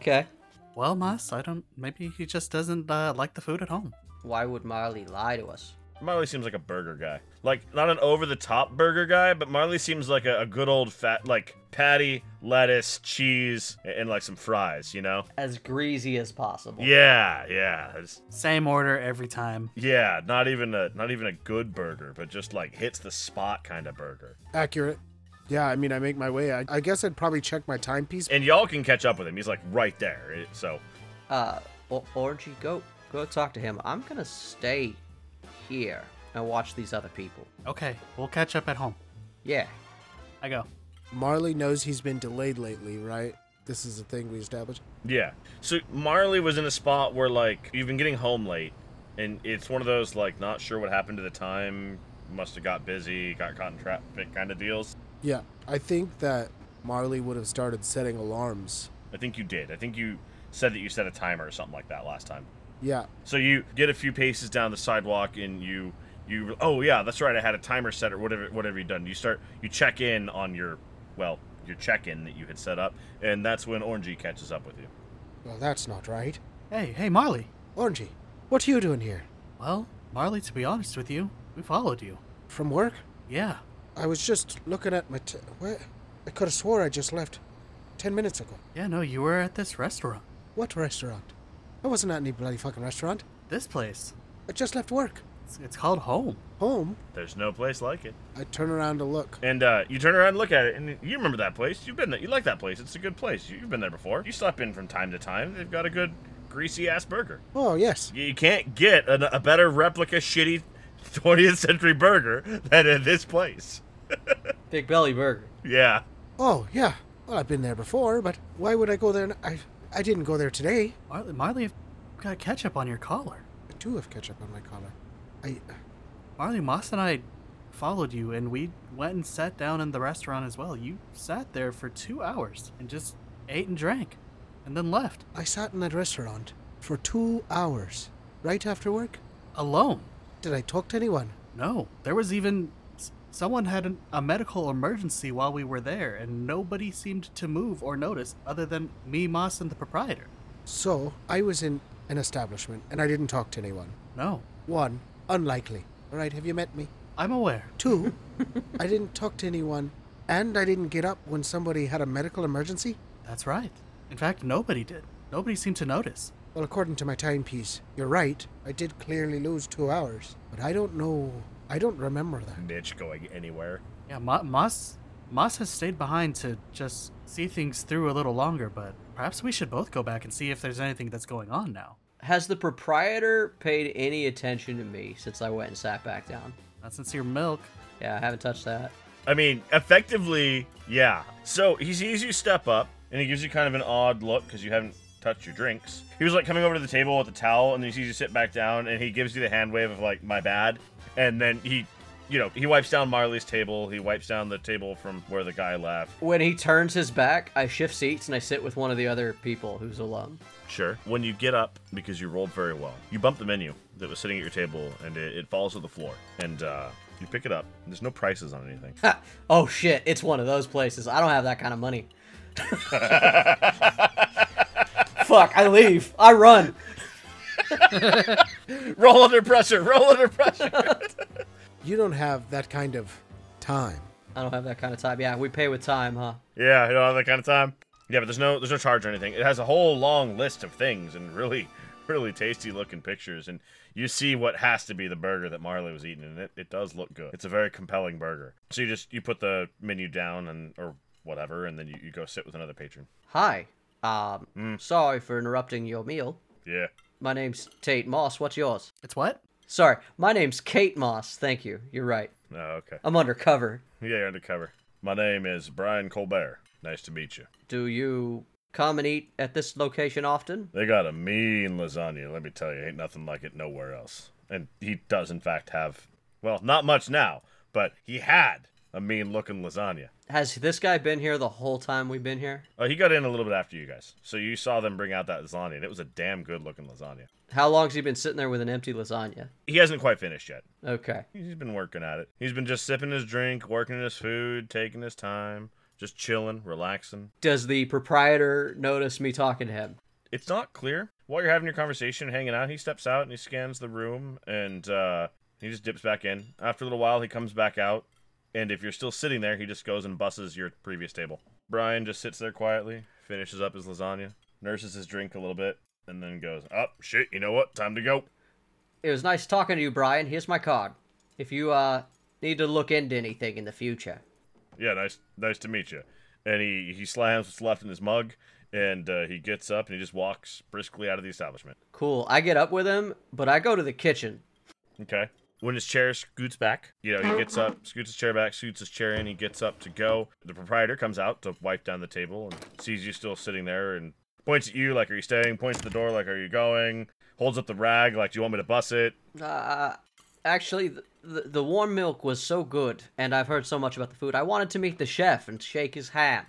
Okay. Well, Moss, I don't. Maybe he just doesn't uh, like the food at home. Why would Marley lie to us? Marley seems like a burger guy. Like, not an over the top burger guy, but Marley seems like a, a good old fat, like, patty, lettuce, cheese, and, and like some fries, you know? As greasy as possible. Yeah, yeah. it's- Same order every time. Yeah, not even a not even a good burger, but just like hits the spot kind of burger. accurate. Yeah, I mean, I make my way. I, I guess I'd probably check my timepiece. And y'all can catch up with him. He's like right there. It- So Uh, o- Orangey, go go talk to him. I'm gonna stay here and watch these other people. Okay, we'll catch up at home. Yeah. I go. Marley knows he's been delayed lately, right? This is a thing we established. yeah. So Marley was in a spot where like you've been getting home late, and it's one of those like not sure what happened to the time. Must have got busy, got caught in traffic kind of deals. Yeah, I think that Marley would have started setting alarms. I think you did. I think you said that you set a timer or something like that last time. Yeah, So you get a few paces down the sidewalk and you you oh yeah, that's right. I had a timer set or whatever whatever you done. You start you check in on your well, your check-in that you had set up and that's when Orangey catches up with you. well, that's not right. Hey, hey, Marley. Orangey, what are you doing here? Well, Marley, to be honest with you, we followed you. From work? Yeah. I was just looking at my. T- where? I could have swore I just left. Ten minutes ago. Yeah, no, you were at this restaurant. What restaurant? I wasn't at any bloody fucking restaurant. This place. I just left work. It's, it's called home. Home? There's no place like it. I turn around to look. And uh, you turn around and look at it, and you remember that place. You've been there. You like that place. It's a good place. You- You've been there before. You stop in from time to time. They've got a good greasy ass burger. Oh, yes. You you can't get a, a better replica shitty 20th century burger than at this place. Big belly burger. Yeah. Oh, yeah. Well, I've been there before, but why would I go there? n- I, I didn't go there today. Marley, Marley, you've got ketchup on your collar. I do have ketchup on my collar. I. Marley, Moss and I followed you, and we went and sat down in the restaurant as well. You sat there for two hours and just ate and drank, and then left I sat in that restaurant for two hours. Right after work? alone. Did I talk to anyone? No, there was even s- someone had an, a medical emergency while we were there, and nobody seemed to move or notice other than me, Moss, and the proprietor. So, I was in an establishment and I didn't talk to anyone. No, One, unlikely. All right, have you met me? I'm aware. Two, I didn't talk to anyone and I didn't get up when somebody had a medical emergency? That's right. In fact, nobody did. Nobody seemed to notice. Well, according to my timepiece, you're right. I did clearly lose two hours, but I don't know. I don't remember that. Mitch going anywhere. Yeah, Ma- Moss Moss has stayed behind to just see things through a little longer, but perhaps we should both go back and see if there's anything that's going on now. Has the proprietor paid any attention to me since I went and sat back down? Not sincere milk. Yeah, I haven't touched that. I mean, effectively, yeah. So he sees you step up, and he gives you kind of an odd look because you haven't touched your drinks. He was like coming over to the table with a towel, and then he sees you sit back down, and he gives you the hand wave of like, "My bad," and then he, you know, he wipes down Marley's table. He wipes down the table from where the guy left. When he turns his back, I shift seats and I sit with one of the other people who's alone. Sure. When you get up, because you rolled very well, you bump the menu that was sitting at your table, and it, it falls to the floor. And uh, you pick it up. There's no prices on anything. Ha! Oh shit, it's one of those places. I don't have that kind of money. Fuck, I leave. I run. Roll under pressure. Roll under pressure. You don't have that kind of time. I don't have that kind of time. Yeah, we pay with time, huh? yeah, you know that kind of time. Yeah, but there's no there's no charge or anything. It has a whole long list of things and really really tasty looking pictures and you see what has to be the burger that Marley was eating and it, it does look good. It's a very compelling burger. So you just you put the menu down and or whatever and then you, you go sit with another patron. Hi. Um, sorry for interrupting your meal. Yeah. My name's Tate Moss. What's yours? It's what? Sorry, my name's Kate Moss. Thank you. You're right. Oh, okay. I'm undercover. Yeah, you're undercover. My name is Brian Colbert. Nice to meet you. Do you come and eat at this location often? They got a mean lasagna, let me tell you. Ain't nothing like it nowhere else. And he does, in fact, have, well, not much now, but he had a mean looking lasagna. Has this guy been here the whole time we've been here? Uh, he got in a little bit after you guys. So you saw them bring out that lasagna, and it was a damn good looking lasagna. How long's he been sitting there with an empty lasagna? He hasn't quite finished yet. Okay. He's been working at it. He's been just sipping his drink, working his food, taking his time, just chilling, relaxing. Does the proprietor notice me talking to him? it's not clear. While you're having your conversation, hanging out, he steps out and he scans the room and uh, he just dips back in. After a little while, he comes back out. And if you're still sitting there, he just goes and busses your previous table. Brian just sits there quietly, finishes up his lasagna, nurses his drink a little bit, and then goes, Oh, shit, you know what? Time to go. It was nice talking to you, Brian. Here's my card. If you uh need to look into anything in the future. Yeah, nice nice to meet you. And he, he slams what's left in his mug and uh, he gets up and he just walks briskly out of the establishment. Cool. I get up with him, but I go to the kitchen. Okay. When his chair scoots back, you know, he gets up, scoots his chair back, scoots his chair in, he gets up to go. The proprietor comes out to wipe down the table and sees you still sitting there and points at you like, Are you staying? Points at the door like, Are you going? Holds up the rag like, Do you want me to bus it? Uh actually the, the, the warm milk was so good and I've heard so much about the food. I wanted to meet the chef and shake his hand.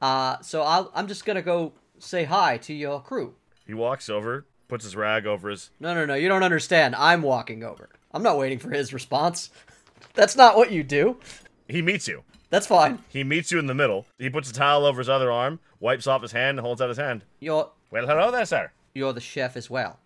Uh so I'll, I'm just going to go say hi to your crew. He walks over, puts his rag over his. No, no, no. You don't understand. I'm walking over. I'm not waiting for his response. That's not what you do. He meets you. That's fine. He meets you in the middle. He puts a towel over his other arm, wipes off his hand, and holds out his hand. You're Well, hello there, sir. you're the chef as well.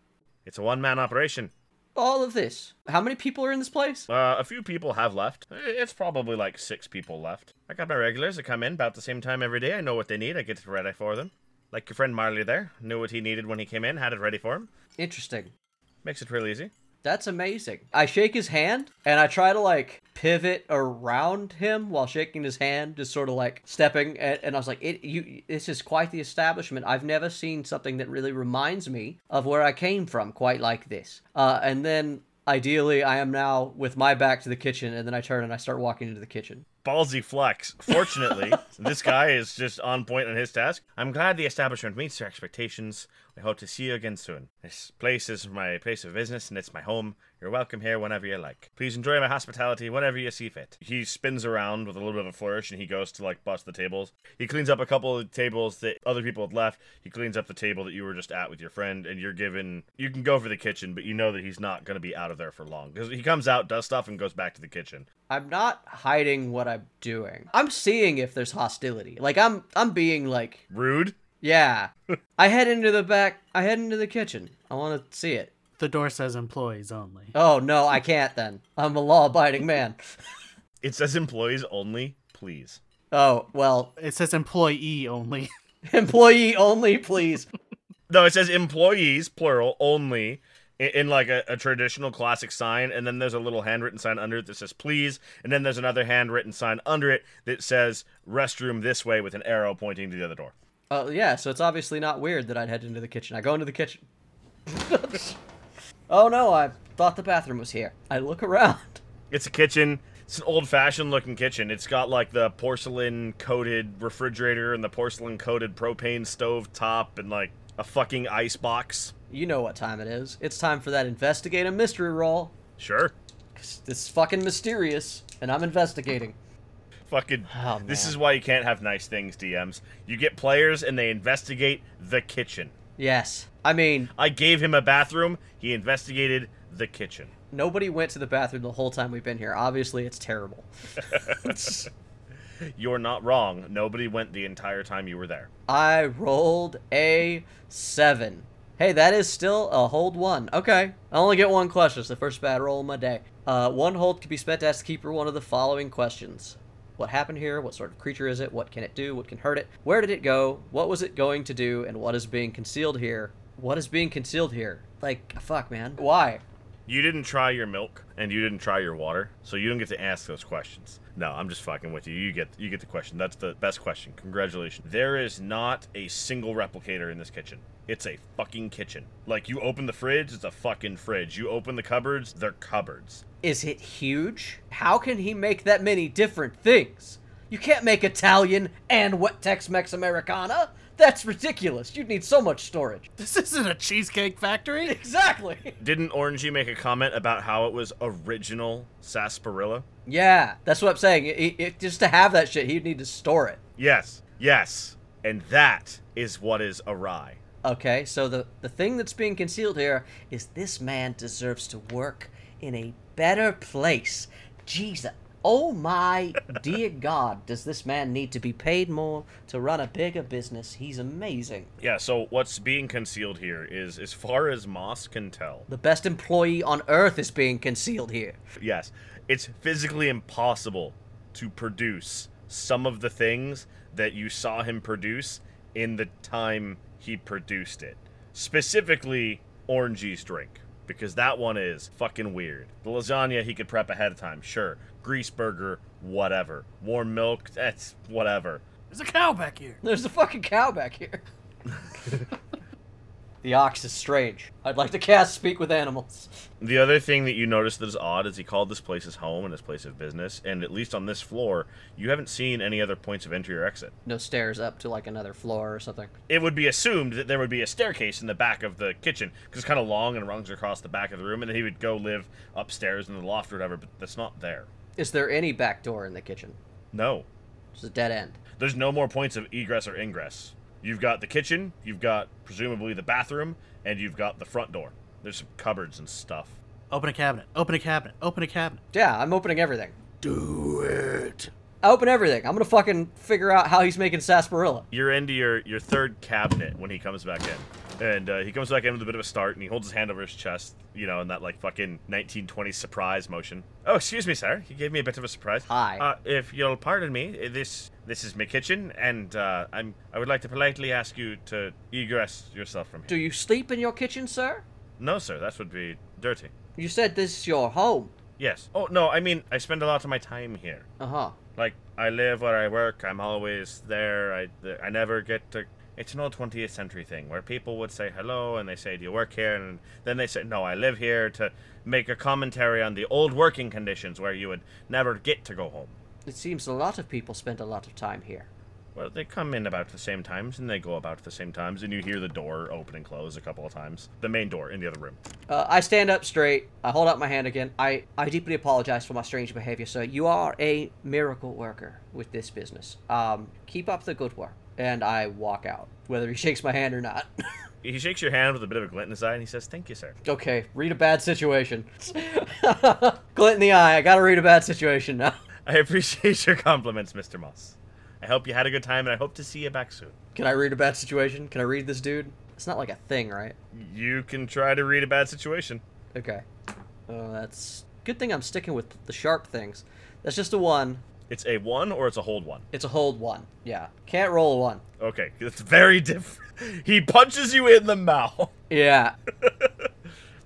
It's a one man operation. All of this. How many people are in this place? Uh, a few people have left. I- It's probably like six people left. I got my regulars that come in about the same time every day. I know what they need. I get it ready for them. Like your friend Marley there, knew what he needed when he came in, had it ready for him. Interesting. Makes it real easy. That's amazing. I shake his hand and I try to like pivot around him while shaking his hand, just sort of like stepping. And, and I was like, "It, you, this is quite the establishment. I've never seen something that really reminds me of where I came from quite like this." Uh, and then, ideally, I am now with my back to the kitchen, and then I turn and I start walking into the kitchen. Ballsy flex. Fortunately, this guy is just on point on his task. I'm glad the establishment meets your expectations. I hope to see you again soon. This place is my place of business and it's my home. You're welcome here whenever you like. Please enjoy my hospitality whenever you see fit. He spins around with a little bit of a flourish and he goes to like bust the tables. He cleans up a couple of tables that other people had left. He cleans up the table that you were just at with your friend and you're given you can go for the kitchen, but you know that he's not going to be out of there for long because he comes out, does stuff and goes back to the kitchen. I'm not hiding what I'm doing. I'm seeing if there's hostility. Like I'm, I'm being like Rude. Yeah. I head into the back. I head into the kitchen. I want to see it. The door says employees only. Oh, no, I can't then. I'm a law abiding man. It says employees only, please. Oh, well, It says employee only. employee only, please. No, it says employees, plural, only in, in like a, a traditional classic sign. And then there's a little handwritten sign under it that says please. And then there's another handwritten sign under it that says restroom this way with an arrow pointing to the other door. Oh, yeah, so it's obviously not weird that I'd head into the kitchen. I go into the kitchen. oh, no, I thought the bathroom was here. I look around. It's a kitchen. It's an old fashioned looking kitchen. It's got like the porcelain coated refrigerator and the porcelain coated propane stove top and like a fucking ice box. You know what time it is. It's time for that investigate a mystery roll. Sure. 'Cause This is fucking mysterious, and I'm investigating. Fucking. Oh, this man. is why you can't have nice things, DMs. You get players and they investigate the kitchen. Yes. I mean, I gave him a bathroom. He investigated the kitchen. nobody went to the bathroom the whole time we've been here. Obviously, it's terrible. You're not wrong. Nobody went the entire time you were there. I rolled a seven. Hey, that is still a hold one. Okay. I only get one question. It's the first bad roll of my day. Uh, one hold can be spent to ask the keeper one of the following questions What happened here? What sort of creature is it? What can it do? What can hurt it? Where did it go? What was it going to do? And what is being concealed here? What is being concealed here? Like, fuck, man. Why? You didn't try your milk and you didn't try your water, so you don't get to ask those questions. No, I'm just fucking with you. You get you get the question. That's the best question. Congratulations. There is not a single replicator in this kitchen. It's a fucking kitchen. Like you open the fridge, it's a fucking fridge. You open the cupboards, they're cupboards. Is it huge? How can he make that many different things? You can't make Italian and wet Tex Mex Americana. That's ridiculous. You'd need so much storage. This isn't a cheesecake factory. Exactly. Didn't Orangey make a comment about how it was original sarsaparilla? Yeah, that's what I'm saying. It, it- it- just to have that shit, he'd need to store it. Yes. Yes. And that is what is awry. Okay, so the, the thing that's being concealed here is this man deserves to work in a better place. Jesus. Oh my dear God, does this man need to be paid more to run a bigger business? He's amazing. Yeah, so what's being concealed here is as far as Moss can tell, The best employee on earth is being concealed here. yes, it's physically impossible to produce some of the things that you saw him produce in the time he produced it. Specifically, Orangey's drink, because that one is fucking weird. The lasagna he could prep ahead of time, sure. Grease burger, whatever. Warm milk, that's whatever. There's a cow back here. There's a fucking cow back here. the ox is strange. I'd like to cast Speak with Animals. The other thing that you notice that is odd is he called this place his home and his place of business, and at least on this floor, you haven't seen any other points of entry or exit. No stairs up to like another floor or something. It would be assumed that there would be a staircase in the back of the kitchen, because it's kind of long and runs across the back of the room, and then he would go live upstairs in the loft or whatever, but that's not there. Is there any back door in the kitchen? No. It's a dead end. There's no more points of egress or ingress. You've got the kitchen, you've got presumably the bathroom, and you've got the front door. There's some cupboards and stuff. Open a cabinet. Open a cabinet. Open a cabinet. Yeah, I'm opening everything. Do it. I open everything. I'm gonna fucking figure out how he's making sarsaparilla. you're into your, your third cabinet when he comes back in. And uh, he comes back in with a bit of a start, and he holds his hand over his chest, you know, in that like fucking 1920s surprise motion. Oh, excuse me, sir. He gave me a bit of a surprise. Hi. Uh, if you'll pardon me, this this is my kitchen, and uh, I'm I would like to politely ask you to egress yourself from Do here. you sleep in your kitchen, sir? No, sir. That would be dirty. You said this is your home. Yes. Oh no, I mean I spend a lot of my time here. Uh huh. Like I live where I work. I'm always there. I I never get to. It's an old 20th century thing where people would say hello and they say, "Do you work here?" and then they say, "No, I live here." To make a commentary on the old working conditions where you would never get to go home. It seems a lot of people spend a lot of time here. Well, they come in about the same times and they go about the same times, and you hear the door open and close a couple of times. The main door in the other room. Uh, I stand up straight. I hold out my hand again. I, I deeply apologize for my strange behavior, sir. You are a miracle worker with this business. Um, keep up the good work. And I walk out, whether he shakes my hand or not. He shakes your hand with a bit of a glint in his eye and he says, "Thank you, sir." okay, read a bad situation. Glint in the eye. I gotta read a bad situation now. I appreciate your compliments, Mr. Moss. I hope you had a good time, and I hope to see you back soon. Can I read a bad situation? Can I read this dude? It's not like a thing, right? You can try to read a bad situation. Okay. Oh, that's good thing I'm sticking with the sharp things. That's just a one. It's a one or it's a hold one. It's a hold one. Yeah. Can't roll a one. Okay, it's very different. He punches you in the mouth. Yeah.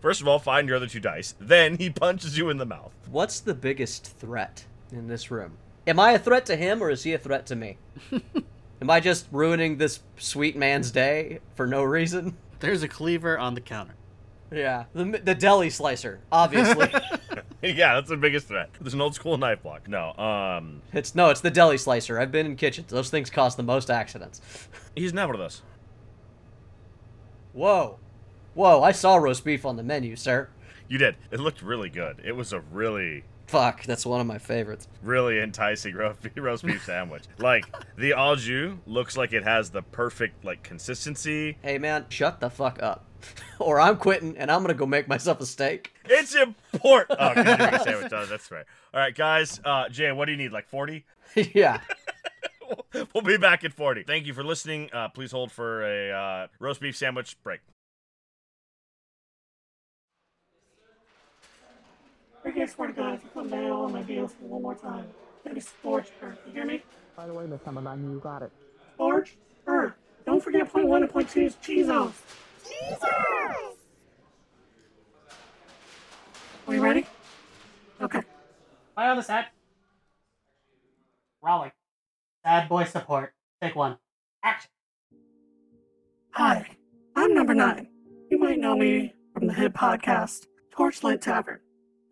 First of all, find your other two dice. Then he punches you in the mouth. What's the biggest threat in this room? Am I a threat to him or is he a threat to me? Am I just ruining this sweet man's day for no reason? There's a cleaver on the counter. Yeah. The, the deli slicer, obviously. yeah, that's the biggest threat. There's an old school knife block. No, um, it's no, it's the deli slicer. I've been in kitchens. Those things cause the most accidents. he's not one of those. Whoa. Whoa, I saw roast beef on the menu, sir. You did. It looked really good. It was a really, Fuck, that's one of my favorites. really enticing roast beef, roast beef sandwich. Like the au jus looks like it has the perfect like consistency. Hey man, shut the fuck up. or I'm quitting and I'm gonna go make myself a steak. It's important. Oh, 'cause you were a sandwich. Oh, that's right. All right, guys. Uh, Jay, what do you need? Like forty? yeah. we'll be back at 40. Thank you for listening. Uh, please hold for a uh, roast beef sandwich break. Ricky, I swear to God, if you come down on my heels one more time, I'm gonna scorch her. You hear me? By the way, Miss Hammer, I knew you got it. Scorch her. Don't forget point one and point two is cheese off. Jesus! Are you ready? Okay. My other side. Raleigh. Sad boy support. Take one. Action. Hi, I'm number nine. You might know me from the hit podcast, Torchlight Tavern.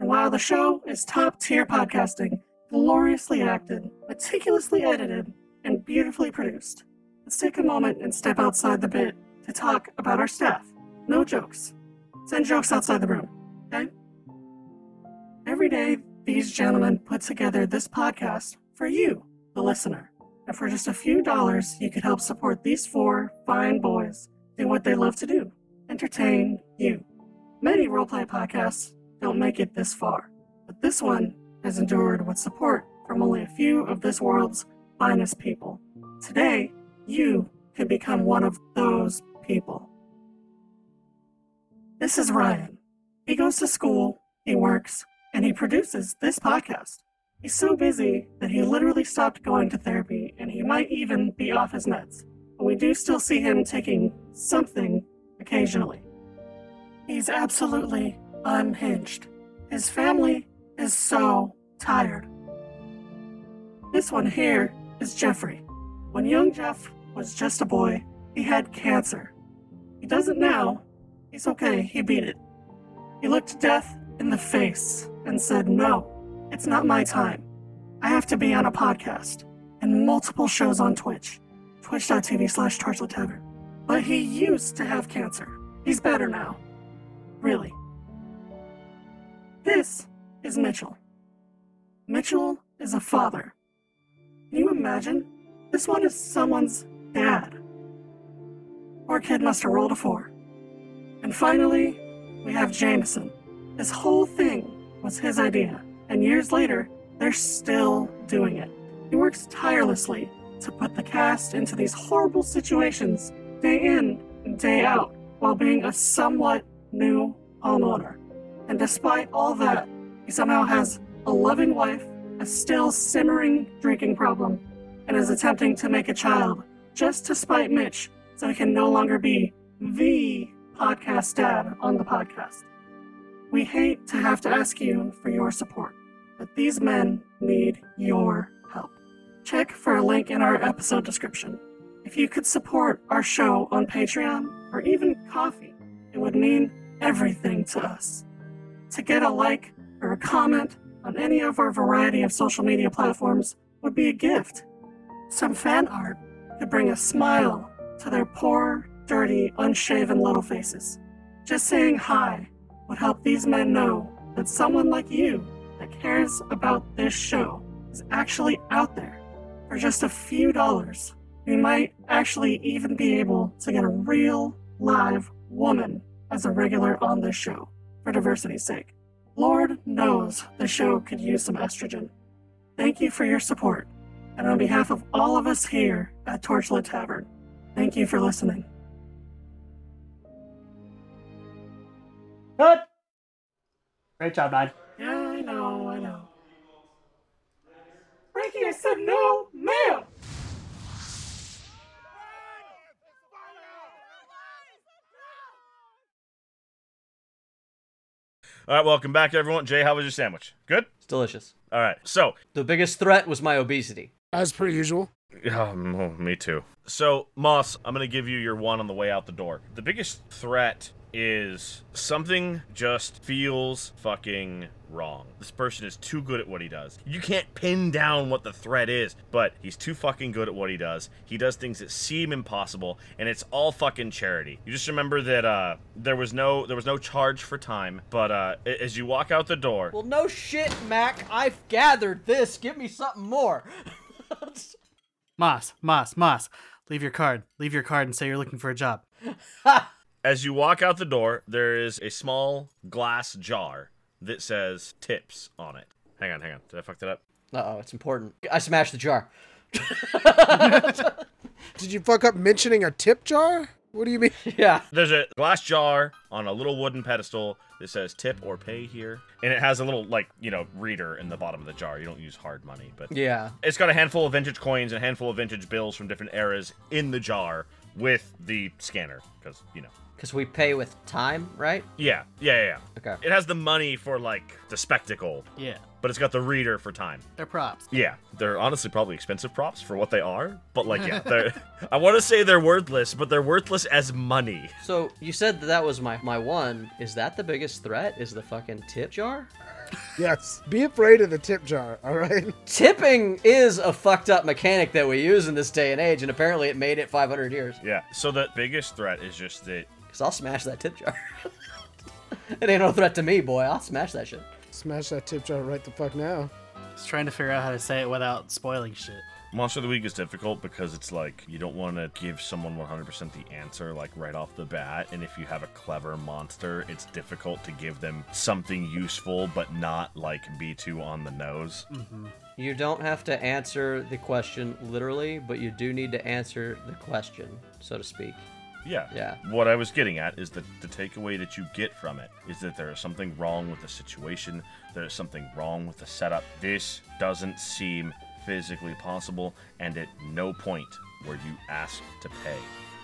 And while the show is top tier podcasting, gloriously acted, meticulously edited, and beautifully produced, let's take a moment and step outside the bit to talk about our staff. No jokes. Send jokes outside the room, okay? Every day, these gentlemen put together this podcast for you, the listener. And for just a few dollars, you could help support these four fine boys do what they love to do entertain you. Many roleplay podcasts don't make it this far, but this one has endured with support from only a few of this world's finest people. Today, you could become one of those people. This is Ryan. He goes to school, he works, and he produces this podcast. He's so busy that he literally stopped going to therapy and he might even be off his meds. But we do still see him taking something occasionally. He's absolutely unhinged. His family is so tired. This one here is Jeffrey. When young Jeff was just a boy, he had cancer. He doesn't now. He's okay, he beat it. He looked death in the face and said, No, it's not my time. I have to be on a podcast and multiple shows on Twitch, twitch.tv slash torchlit tavern. But he used to have cancer. He's better now. Really. This is Mitchell. Mitchell is a father. Can you imagine? This one is someone's dad. Poor kid must have rolled a four. And finally, we have Jameson. This whole thing was his idea, and years later, they're still doing it. He works tirelessly to put the cast into these horrible situations day in and day out while being a somewhat new homeowner. And despite all that, he somehow has a loving wife, a still simmering drinking problem, and is attempting to make a child just to spite Mitch so he can no longer be the podcast dad on the podcast. We hate to have to ask you for your support, but these men need your help. Check for a link in our episode description. If you could support our show on Patreon or even coffee, it would mean everything to us. To get a like or a comment on any of our variety of social media platforms would be a gift. Some fan art could bring a smile to their poor, dirty, unshaven little faces. Just saying hi would help these men know that someone like you that cares about this show is actually out there. For just a few dollars, we might actually even be able to get a real, live woman as a regular on this show for diversity's sake. Lord knows the show could use some estrogen. Thank you for your support. And on behalf of all of us here at Torchlight Tavern, thank you for listening. Good. Great job, Nine. Yeah, I know, I know. Ricky, I said no, ma'am! All right, welcome back, everyone. Jay, how was your sandwich? Good. It's delicious. All right. So, The biggest threat was my obesity. As per usual. Yeah, Oh, no, me too. So, Moss, I'm going to give you your one on the way out the door. The biggest threat is something just feels fucking wrong. This person is too good at what he does. You can't pin down what the threat is, but he's too fucking good at what he does. He does things that seem impossible and it's all fucking charity. You just remember that uh there was no there was no charge for time, but uh a- as you walk out the door, Well, no shit, Mac. I've gathered this. Give me something more. Moss, Moss, Moss. Leave your card. Leave your card and say you're looking for a job. As you walk out the door, there is a small glass jar that says tips on it. Hang on, hang on. Did I fuck that up? Uh oh, it's important. I smashed the jar. Did you fuck up mentioning a tip jar? What do you mean? Yeah. There's a glass jar on a little wooden pedestal that says tip or pay here. And it has a little, like, you know, reader in the bottom of the jar. You don't use hard money, but Yeah. it's got a handful of vintage coins and a handful of vintage bills from different eras in the jar with the scanner. Because, you know. Because we pay with time, right? Yeah, yeah, yeah, yeah. Okay. It has the money for, like, the spectacle, Yeah, but it's got the reader for time. they're props. Yeah, they're honestly probably expensive props for what they are, but like yeah, they're I want to say they're worthless, but they're worthless as money. So you said that that was my my one. Is that the biggest threat? Is the fucking tip jar? Yes. Be afraid of the tip jar, all right? Tipping is a fucked up mechanic that we use in this day and age, and apparently it made it 500 years. Yeah. So the biggest threat is just that Cause I'll smash that tip jar. it ain't no threat to me, boy. I'll smash that shit. Smash that tip jar right the fuck now. Just trying to figure out how to say it without spoiling shit. Monster of the Week is difficult because it's like you don't want to give someone 100% the answer like right off the bat, and if you have a clever monster, it's difficult to give them something useful but not like be too on the nose. You don't have to answer the question literally, but you do need to answer the question, so to speak. Yeah. Yeah. What I was getting at is that the takeaway that you get from it is that there is something wrong with the situation, there is something wrong with the setup. This doesn't seem physically possible, and at no point were you asked to pay.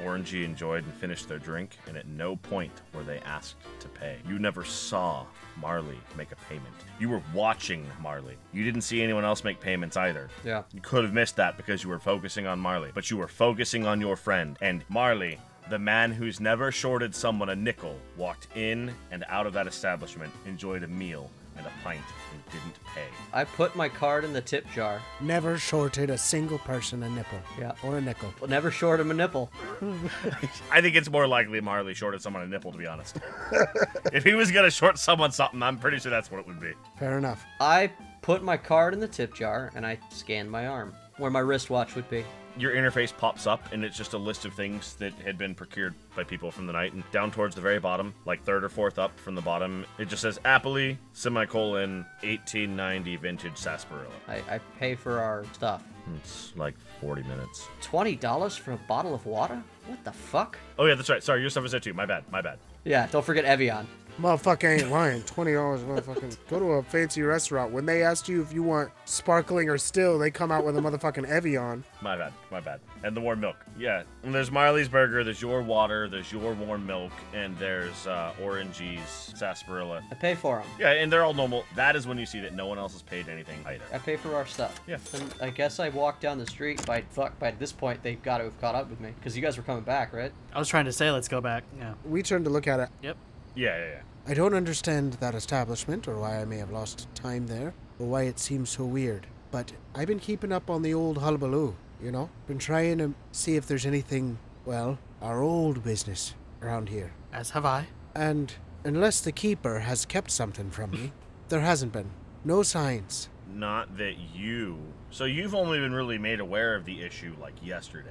Orangey enjoyed and finished their drink, and at no point were they asked to pay. You never saw Marley make a payment. You were watching Marley. You didn't see anyone else make payments either. Yeah. You could have missed that because you were focusing on Marley, but you were focusing on your friend. And Marley, the man who's never shorted someone a nickel, walked in and out of that establishment, enjoyed a meal and a pint, and didn't pay. I put my card in the tip jar. Never shorted a single person a nipple. Yeah. Or a nickel. Well, never short him a nipple. I think it's more likely Marley shorted someone a nipple, to be honest. if he was gonna short someone something, I'm pretty sure that's what it would be. Fair enough. I put my card in the tip jar and I scanned my arm, where my wristwatch would be. Your interface pops up, and it's just a list of things that had been procured by people from the night. And down towards the very bottom, like third or fourth up from the bottom, it just says Appley, semicolon, 1890 vintage sarsaparilla. I, I pay for our stuff. It's like 40 minutes. $20 for a bottle of water? What the fuck? Oh, yeah, that's right. Sorry, your stuff is there too. My bad. My bad. Yeah, don't forget Evian. Motherfucker ain't lying. Twenty dollars, motherfucking. Go to a fancy restaurant. When they asked you if you want sparkling or still, they come out with a motherfucking Evian. My bad. My bad. And the warm milk. Yeah. And there's Marley's burger, there's your water, there's your warm milk, and there's uh, Orangey's sarsaparilla. I pay for them. Yeah, and they're all normal. That is when you see that no one else has paid anything either. I pay for our stuff. Yeah. And I guess I walked down the street by fuck. By this point, they've got to have caught up with me because you guys were coming back, right? I was trying to say let's go back. Yeah. We turned to look at it. Yep. Yeah, yeah, yeah. I don't understand that establishment, or why I may have lost time there, or why it seems so weird. But I've been keeping up on the old hullabaloo. You know, been trying to see if there's anything. Well, our old business around here. As have I. And unless the keeper has kept something from me, there hasn't been. No signs. Not that you. So you've only been really made aware of the issue like yesterday.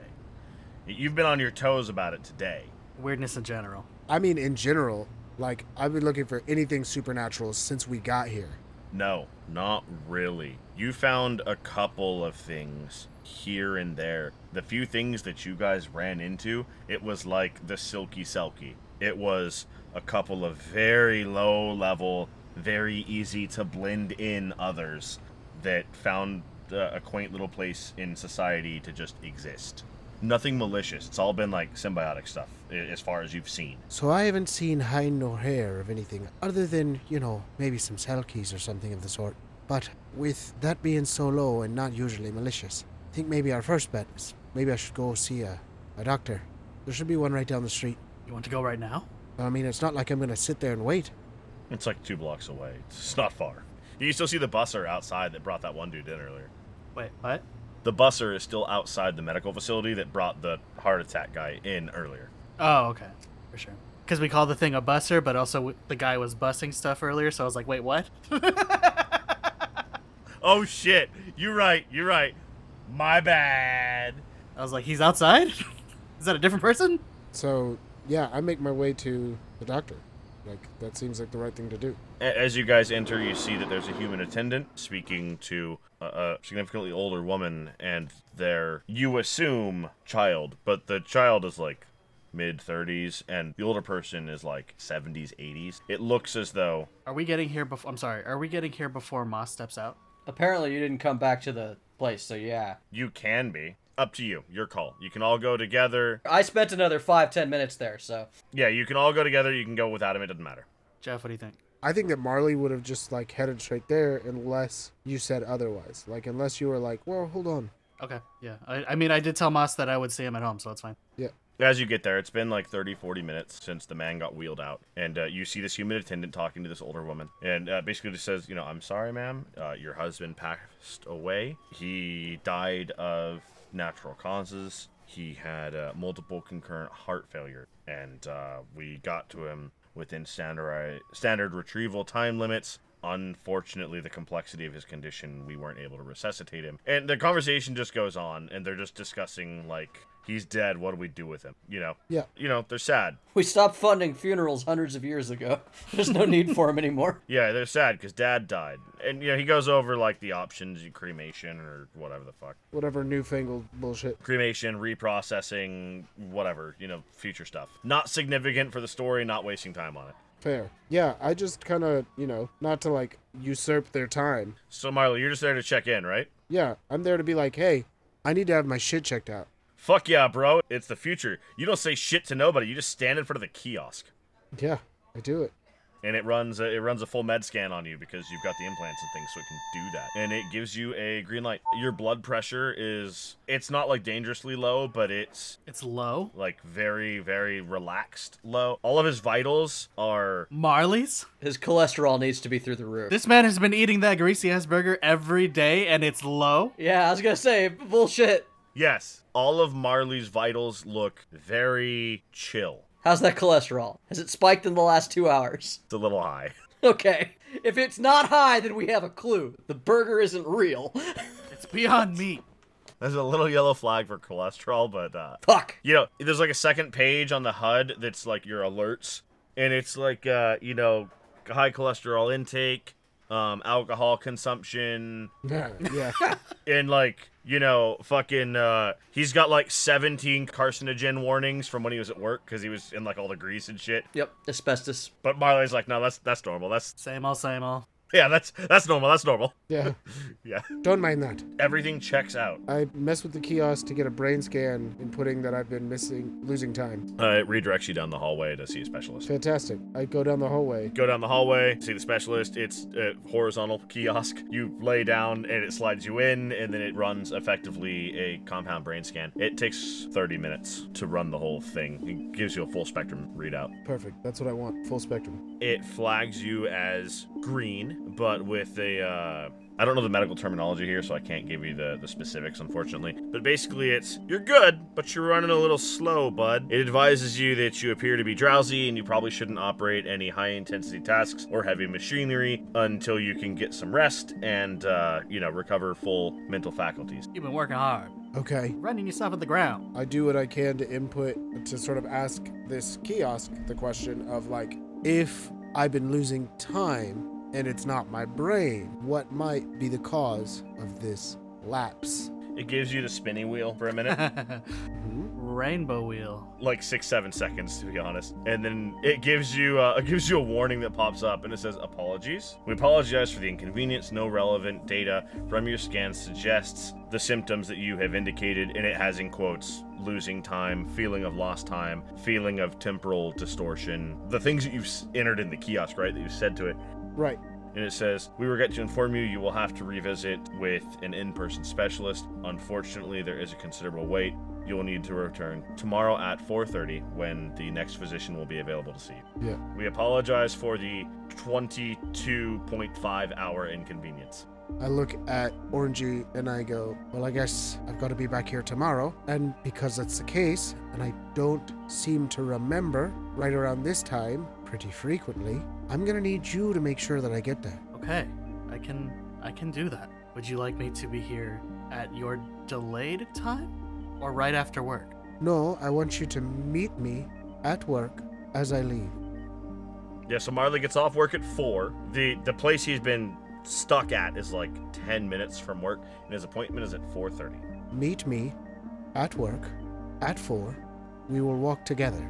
You've been on your toes about it today. Weirdness in general. I mean, in general, like, I've been looking for anything supernatural since we got here. No, not really. You found a couple of things here and there. The few things that you guys ran into, it was like the Silky Selkie. It was a couple of very low level, very easy to blend in others that found uh, a quaint little place in society to just exist. Nothing malicious. It's all been like symbiotic stuff i- as far as you've seen. So I haven't seen hind nor hair of anything other than, you know, maybe some selkies or something of the sort. But with that being so low and not usually malicious, I think maybe our first bet is maybe I should go see a, a doctor. There should be one right down the street. You want to go right now? I mean, it's not like I'm going to sit there and wait. It's like two blocks away. It's not far. You can still see the busser outside that brought that one dude in earlier. Wait, what? The busser is still outside the medical facility that brought the heart attack guy in earlier. Oh, okay. For sure. Because we call the thing a busser, but also w- the guy was bussing stuff earlier, so I was like, wait, what? Oh shit! You're right. You're right. My bad. I was like, he's outside? Is that a different person? So, yeah, I make my way to the doctor. Like, that seems like the right thing to do. A- As you guys enter, you see that there's a human attendant speaking to a, a significantly older woman and their, you assume, child. But the child is like mid 30s, and the older person is like 70s, 80s. It looks as though Are we getting here before? I'm sorry. Are we getting here before Moss steps out? Apparently, you didn't come back to the place, so yeah. you can be. Up to you. Your call. You can all go together. I spent another five, ten minutes there, so Yeah, you can all go together. You can go without him. It doesn't matter. Jeff, what do you think? I think that Marley would have just like headed straight there unless you said otherwise. Like unless you were like, well, hold on. Okay, yeah. I, I mean, I did tell Moss that I would see him at home, so that's fine. As you get there, it's been like 30, 40 minutes since the man got wheeled out. And uh, you see this human attendant talking to this older woman. And uh, basically just says, you know, I'm sorry, ma'am. Uh, your husband passed away. He died of natural causes. He had uh, multiple concurrent heart failure. And uh, we got to him within standard, standard retrieval time limits. Unfortunately, the complexity of his condition, we weren't able to resuscitate him. And the conversation just goes on, and they're just discussing, like, he's dead. What do we do with him? You know? Yeah. You know, they're sad. we stopped funding funerals hundreds of years ago. There's no need for them anymore. Yeah, they're sad because dad died. And, you know, he goes over, like, the options cremation or whatever the fuck. Whatever newfangled bullshit. Cremation, reprocessing, whatever, you know, future stuff. Not significant for the story, not wasting time on it. Fair. Yeah, I just kind of, you know, not to like usurp their time. So, Marley, you're just there to check in, right? Yeah, I'm there to be like, hey, I need to have my shit checked out. Fuck yeah, bro. It's the future. You don't say shit to nobody. You just stand in front of the kiosk, Yeah, I do it. and it runs a, it runs a full med scan on you because you've got the implants and things, so it can do that. And it gives you a green light. Your blood pressure is it's not like dangerously low, but it's It's low. like very very relaxed low. All of his vitals are Marley's? His cholesterol needs to be through the roof. This man has been eating that greasy ass burger every day, and it's low. yeah, I was gonna say bullshit. yes. All of Marley's vitals look very chill. How's that cholesterol? Has it spiked in the last two hours? It's a little high. Okay. If it's not high, then we have a clue. The burger isn't real. It's beyond me. There's a little yellow flag for cholesterol, but uh Fuck. you know there's like a second page on the hud that's like your alerts and it's like uh you know high cholesterol intake um alcohol consumption Yeah, yeah. and like you know fucking uh he's got like 17 carcinogen warnings from when he was at work because he was in like all the grease and shit Yep. Asbestos. but marley's like no that's that's normal that's Same old, same old. yeah that's that's normal that's normal yeah. yeah Don't mind that. everything checks out I mess with the kiosk to get a brain scan, inputting that I've been missing, losing time. uh, it redirects you down the hallway to see a specialist Fantastic. I go down the hallway. Go down the hallway, see the specialist. It's a horizontal kiosk. You lay down and it slides you in, and then it runs effectively a compound brain scan. It takes 30 minutes to run the whole thing. It gives you a full spectrum readout. Perfect. That's what I want. Full spectrum. It flags you as green, but with a. Uh, I don't know the medical terminology here, so I can't give you the, the specifics, unfortunately. But basically, it's you're good, but you're running a little slow, bud. It advises you that you appear to be drowsy and you probably shouldn't operate any high intensity tasks or heavy machinery until you can get some rest and, uh, you know, recover full mental faculties. You've been working hard, Okay. running yourself at the ground. I do what I can to input to sort of ask this kiosk the question of like, if I've been losing time and it's not my brain, what might be the cause of this lapse? It gives you the spinny wheel for a minute. Rainbow wheel. like six seven seconds to be honest and then it gives you uh, it gives you a warning that pops up and it says apologies we apologize for the inconvenience no relevant data from your scan suggests the symptoms that you have indicated and it has in quotes losing time feeling of lost time feeling of temporal distortion the things that you've s- entered in the kiosk right that you've said to it Right. and it says, We regret to inform you, you will have to revisit with an in person specialist. Unfortunately, there is a considerable wait. You'll need to return tomorrow at 4:30 when the next physician will be available to see you. Yeah. We apologize for the 22.5 hour inconvenience. I look at Orangey and I go, Well, I guess I've got to be back here tomorrow. And because that's the case, and I don't seem to remember right around this time pretty frequently, I'm going to need you to make sure that I get there. Okay, I can, I can do that. Would you like me to be here at your delayed time, or right after work? No, I want you to meet me at work as I leave. Yeah, so Marley gets off work at 4. The the place he's been stuck at is like 10 minutes from work and his appointment is at 4:30. Meet me at work at four we will walk together.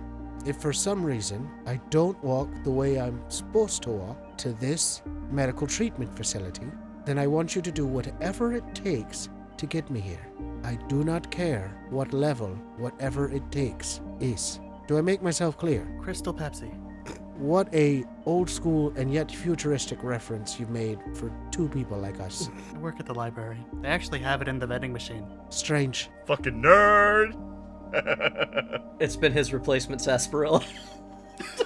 If for some reason I don't walk the way I'm supposed to walk to this medical treatment facility, then I want you to do whatever it takes to get me here. I do not care what level, whatever it takes, is. Do I make myself clear? Crystal Pepsi. What a old school and yet futuristic reference you've made for two people like us. I work at the library. They actually have it in the vending machine. Strange. Fucking nerd. It's been his replacement sarsaparilla.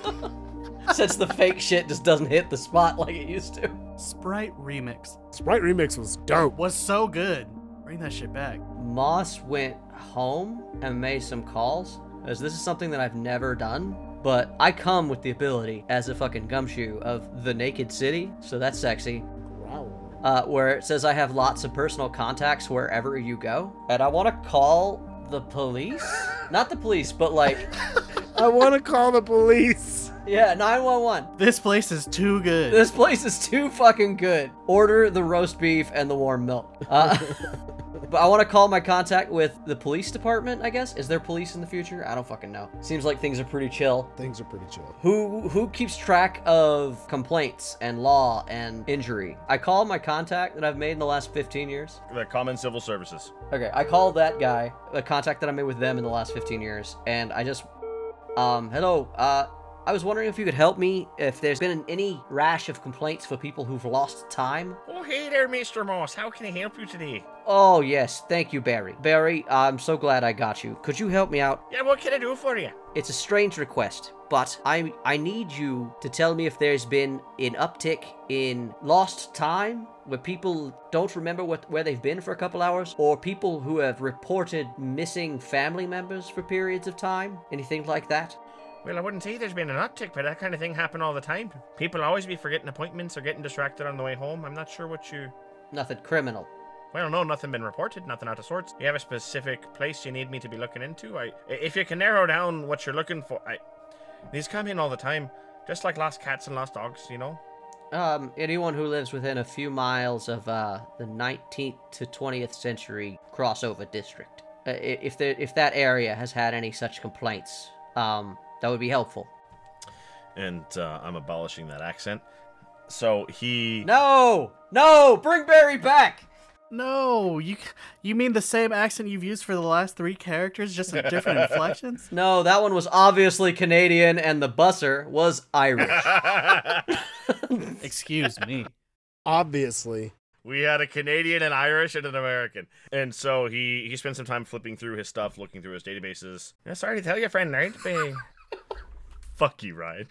Since the fake shit just doesn't hit the spot like it used to. Sprite Remix Sprite remix was dope. was so good. Bring that shit back. Moss went home and made some calls, as this is something that I've never done. But I come with the ability as a fucking gumshoe of the Naked City, so that's sexy. Uh, where it says I have lots of personal contacts wherever you go, and I want to call the police. Not the police, but like, I want to call the police. yeah, 911. This place is too good. This place is too fucking good. Order the roast beef and the warm milk. Uh, but I want to call my contact with the police department. I guess is there police in the future? I don't fucking know. Seems like things are pretty chill. Things are pretty chill. Who who keeps track of complaints and law and injury? I call my contact that I've made in the last 15 years. The common civil services. Okay, I call that guy, the contact that I made with them in the last 15 years, and I just, um, hello, uh, I was wondering if you could help me if there's been any rash of complaints for people who've lost time. Oh, hey there, Mr. Moss. How can I help you today? Oh, yes, thank you, Barry. Barry, I'm so glad I got you. Could you help me out? Yeah, what can I do for you? It's a strange request, but I I need you to tell me if there's been an uptick in lost time where people don't remember what where they've been for a couple hours or people who have reported missing family members for periods of time, anything like that. Well, I wouldn't say there's been an uptick, but that kind of thing happen all the time. People always be forgetting appointments or getting distracted on the way home. I'm not sure what you. Nothing criminal. Well, no, nothing been reported, nothing out of sorts. You have a specific place you need me to be looking into. I, if you can narrow down what you're looking for, I. These come in all the time, just like lost cats and lost dogs, you know. Um, anyone who lives within a few miles of uh, the 19th to 20th century crossover district, uh, i- if there, if that area has had any such complaints, um, that would be helpful. And uh, I'm abolishing that accent. So he. No, no, bring Barry back. No, you you mean the same accent you've used for the last three characters, just in different inflections? No, that one was obviously Canadian, and the busser was Irish. Excuse me. Obviously. We had a Canadian, an Irish, and an American. And so he he spent some time flipping through his stuff, looking through his databases. Yeah, sorry to tell you, friend nerd. but- Fuck you, Ryan.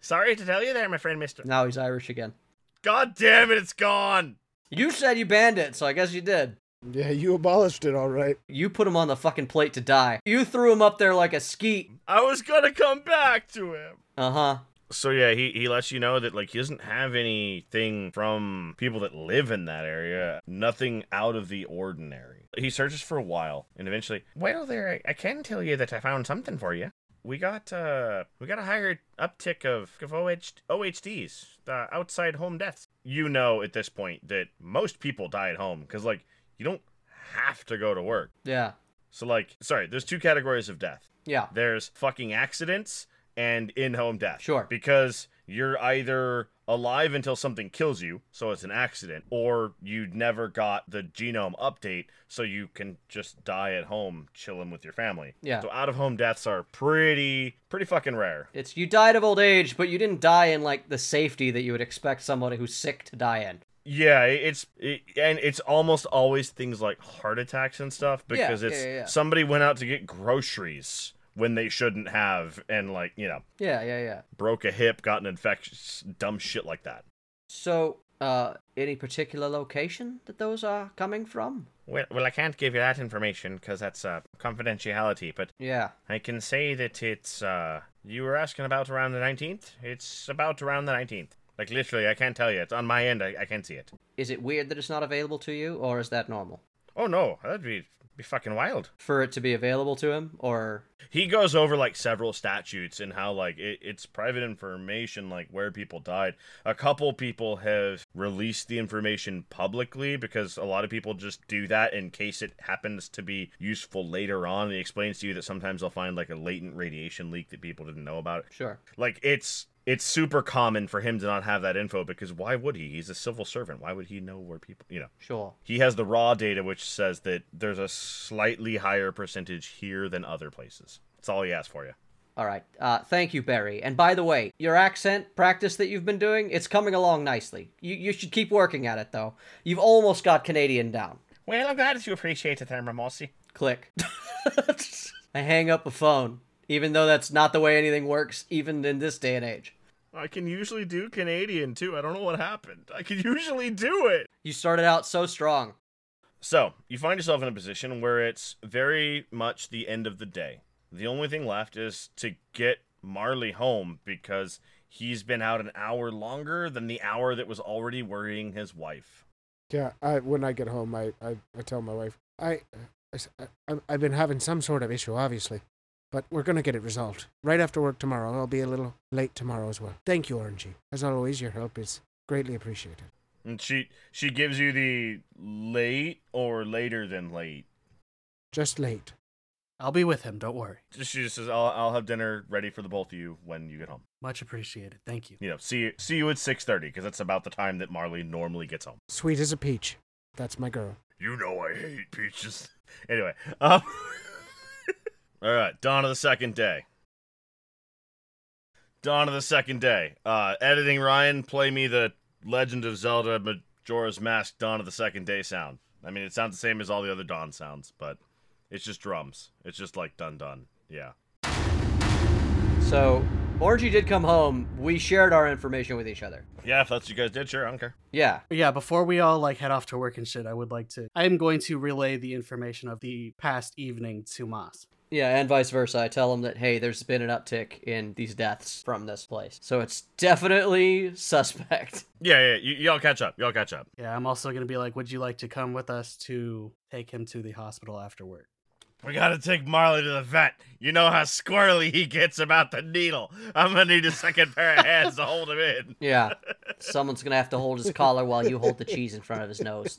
Sorry to tell you there, my friend Mister. now he's Irish again. God damn it, it's gone. You said you banned it, so I guess you did. Yeah, you abolished it all right. You put him on the fucking plate to die. You threw him up there like a skeet. I was gonna come back to him. Uh huh. So yeah, he, he lets you know that like he doesn't have anything from people that live in that area. Nothing out of the ordinary. He searches for a while and eventually Well there I, I can tell you that I found something for you. We got uh we got a higher uptick of, of OH, OHDs, uh, outside home deaths. You know at this point that most people die at home cuz like you don't have to go to work. Yeah. So like sorry, there's two categories of death Yeah. there's fucking accidents and in-home death. Sure. Because you're either alive until something kills you, so it's an accident, or you never got the genome update, so you can just die at home chilling with your family. Yeah. So out-of-home deaths are pretty pretty fucking rare. It's you died of old age, but you didn't die in like the safety that you would expect somebody who's sick to die in. Yeah, it- it's it, and it's almost always things like heart attacks and stuff Yeah, because yeah, it's yeah, yeah. somebody went out to get groceries when they shouldn't have and like, you know, Yeah, yeah, yeah. broke a hip, got an infection, dumb shit like that. So, uh, any particular location that those are coming from? Well, well, I can't give you that information because that's uh, confidentiality, but Yeah. I can say that it's. Uh, you were asking about around the 19th? It's about around the 19th. Like, literally, I can't tell you. It's on my end, I, I can't see it. Is it weird that it's not available to you, or is that normal? Oh, no, that'd be be fucking wild. for it to be available to him, or He goes over like several statutes and how like it, it's private information, like where people died. A couple people have released the information publicly because a lot of people just do that in case it happens to be useful later on. And he explains to you that sometimes they'll find like a latent radiation leak that people didn't know about. sure. Like it's it's super common for him to not have that info because why would he? He's a civil servant. Why would he know where people, you know? Sure. He has the raw data, which says that there's a slightly higher percentage here than other places. That's all he asked for you. All right. Uh, thank you, Barry. And by the way, your accent practice that you've been doing, it's coming along nicely. You, you should keep working at it, though. You've almost got Canadian down. Well, I'm glad you appreciate it, Ramosi. Click. I hang up a phone, even though that's not the way anything works, even in this day and age. I can usually do Canadian too. I don't know what happened. I can usually do it. You started out so strong. So, you find yourself in a position where it's very much the end of the day. The only thing left is to get Marley home because he's been out an hour longer than the hour that was already worrying his wife. Yeah, I, when I get home, I, I, I tell my wife, I, I, s- I- I've been having some sort of issue, obviously, but we're going to get it resolved. Right after work tomorrow, I'll be a little late tomorrow as well. Thank you, Orangey. As always, your help is greatly appreciated. And she she gives you the late or later than late. Just late. I'll be with him. Don't worry. She just says, "I'll I'll have dinner ready for the both of you when you get home. Much appreciated. Thank you. You know, see you- see you at six thirty because that's about the time that Marley normally gets home. Sweet as a peach. That's my girl. You know I hate peaches. Anyway, um, all right. Dawn of the second day. Dawn of the second day. Uh, editing Ryan, play me the Legend of Zelda Majora's Mask Dawn of the Second Day sound. I mean, it sounds the same as all the other Dawn sounds, but it's just drums. It's just like dun dun. Yeah. So, Orangey did come home. We shared our information with each other. Yeah, if that's what you guys did, sure, I don't care. Yeah. Yeah, before we all like head off to work and shit, I would like to. I am going to relay the information of the past evening to Moss. Yeah, and vice versa. I tell him that, hey, there's been an uptick in these deaths from this place. So it's definitely suspect. Yeah, yeah, y- y'all catch up. Y'all catch up. Yeah, I'm also going to be like, would you like to come with us to take him to the hospital after work? We gotta take Marley to the vet. You know how squirrely he gets about the needle. I'm gonna need a second pair of hands to hold him in. Yeah. Someone's going to have to hold his collar while you hold the cheese in front of his nose.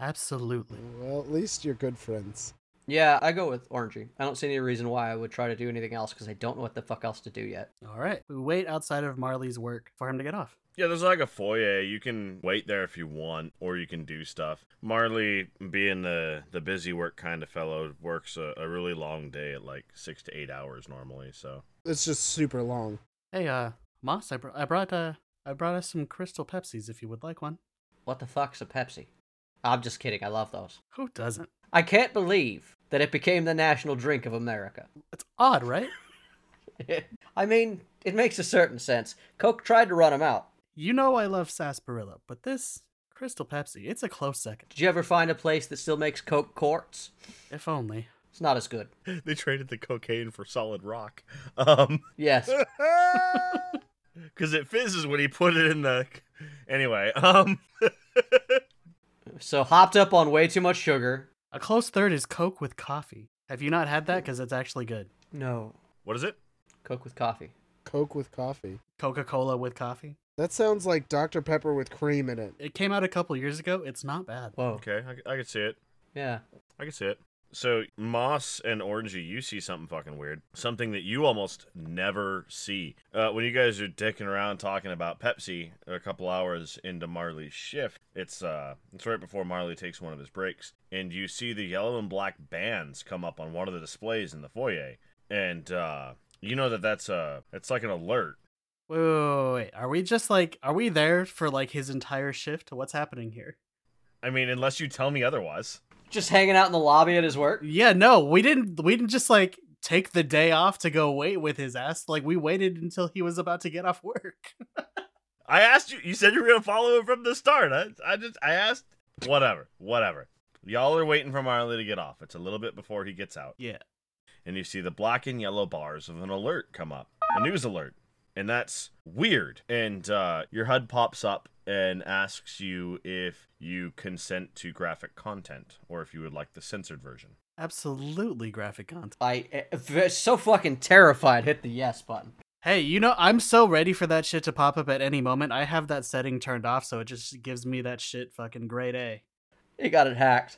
Absolutely. Well, at least you're good friends. yeah, I go with orangey. I don't see any reason why I would try to do anything else because I don't know what the fuck else to do yet. All right. We wait outside of Marley's work for him to get off. Yeah, there's like a foyer. You can wait there if you want, or you can do stuff. Marley, being the the busy work kind of fellow, works a, a really long day at like six to eight hours normally. So It's just super long. Hey, uh, Moss, I, br- I brought uh, I brought us some Crystal Pepsis if you would like one. What the fuck's a Pepsi? I'm just kidding. I love those. Who doesn't? I can't believe that it became the national drink of America. It's odd, right? I mean, it makes a certain sense. Coke tried to run him out. You know I love sarsaparilla, but this Crystal Pepsi, it's a close second. Did you ever find a place that still makes Coke quarts? If only. It's not as good. they traded the cocaine for solid rock, um, Yes. because it fizzes when he put it in the. Anyway, um. so hopped up on way too much sugar. A close third is Coke with coffee. Have you not had that? Because it's actually good. No. What is it? Coke with coffee. Coke with coffee. Coca Cola with coffee. That sounds like Dr. Pepper with cream in it. It came out a couple years ago. It's not bad. Whoa. Okay, I, c- I can see it. Yeah. I can see it. So Moss and Orangey, you see something fucking weird. Something that you almost never see. Uh, when you guys are dicking around talking about Pepsi a couple hours into Marley's shift, it's uh it's right before Marley takes one of his breaks, and you see the yellow and black bands come up on one of the displays in the foyer. And uh you know that that's uh it's like an alert. Wait, wait, wait, wait. Are we just like, are we there for like his entire shift? What's happening here? I mean, unless you tell me otherwise. Just hanging out in the lobby at his work. Yeah, no, we didn't. We didn't just like take the day off to go wait with his ass. Like we waited until he was about to get off work. I asked you. You said you were gonna follow him from the start. I, I just I asked. Whatever, whatever. Y'all are waiting for Marley to get off. It's a little bit before he gets out, Yeah. and you see the black and yellow bars of an alert come up, a news alert, and that's weird. And uh, your HUD pops up and asks you if you consent to graphic content or if you would like the censored version. Absolutely graphic content. I eh, so fucking terrified. Hit the yes button. Hey, you know, I'm so ready for that shit to pop up at any moment. I have that setting turned off, so it just gives me that shit fucking grade A. You got it hacked.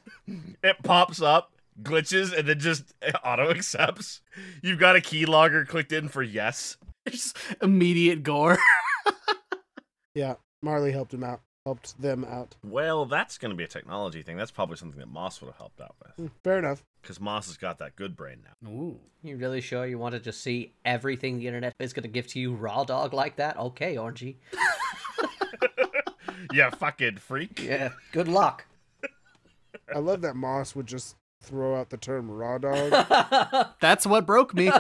It pops up, glitches, and then just auto accepts. You've got a keylogger clicked in for yes. Just immediate gore. Yeah, Marley helped him out. Helped them out. Well, that's going to be a technology thing. That's probably something that Moss would have helped out with. Hmm, Fair enough. Because Moss has got that good brain now. Ooh. You really sure you want to just see everything the internet is going to give to you raw dog like that? Okay, Orangey. Yeah, fucking freak. Yeah. Good luck. I love that Moss would just throw out the term raw dog. That's That's what broke me.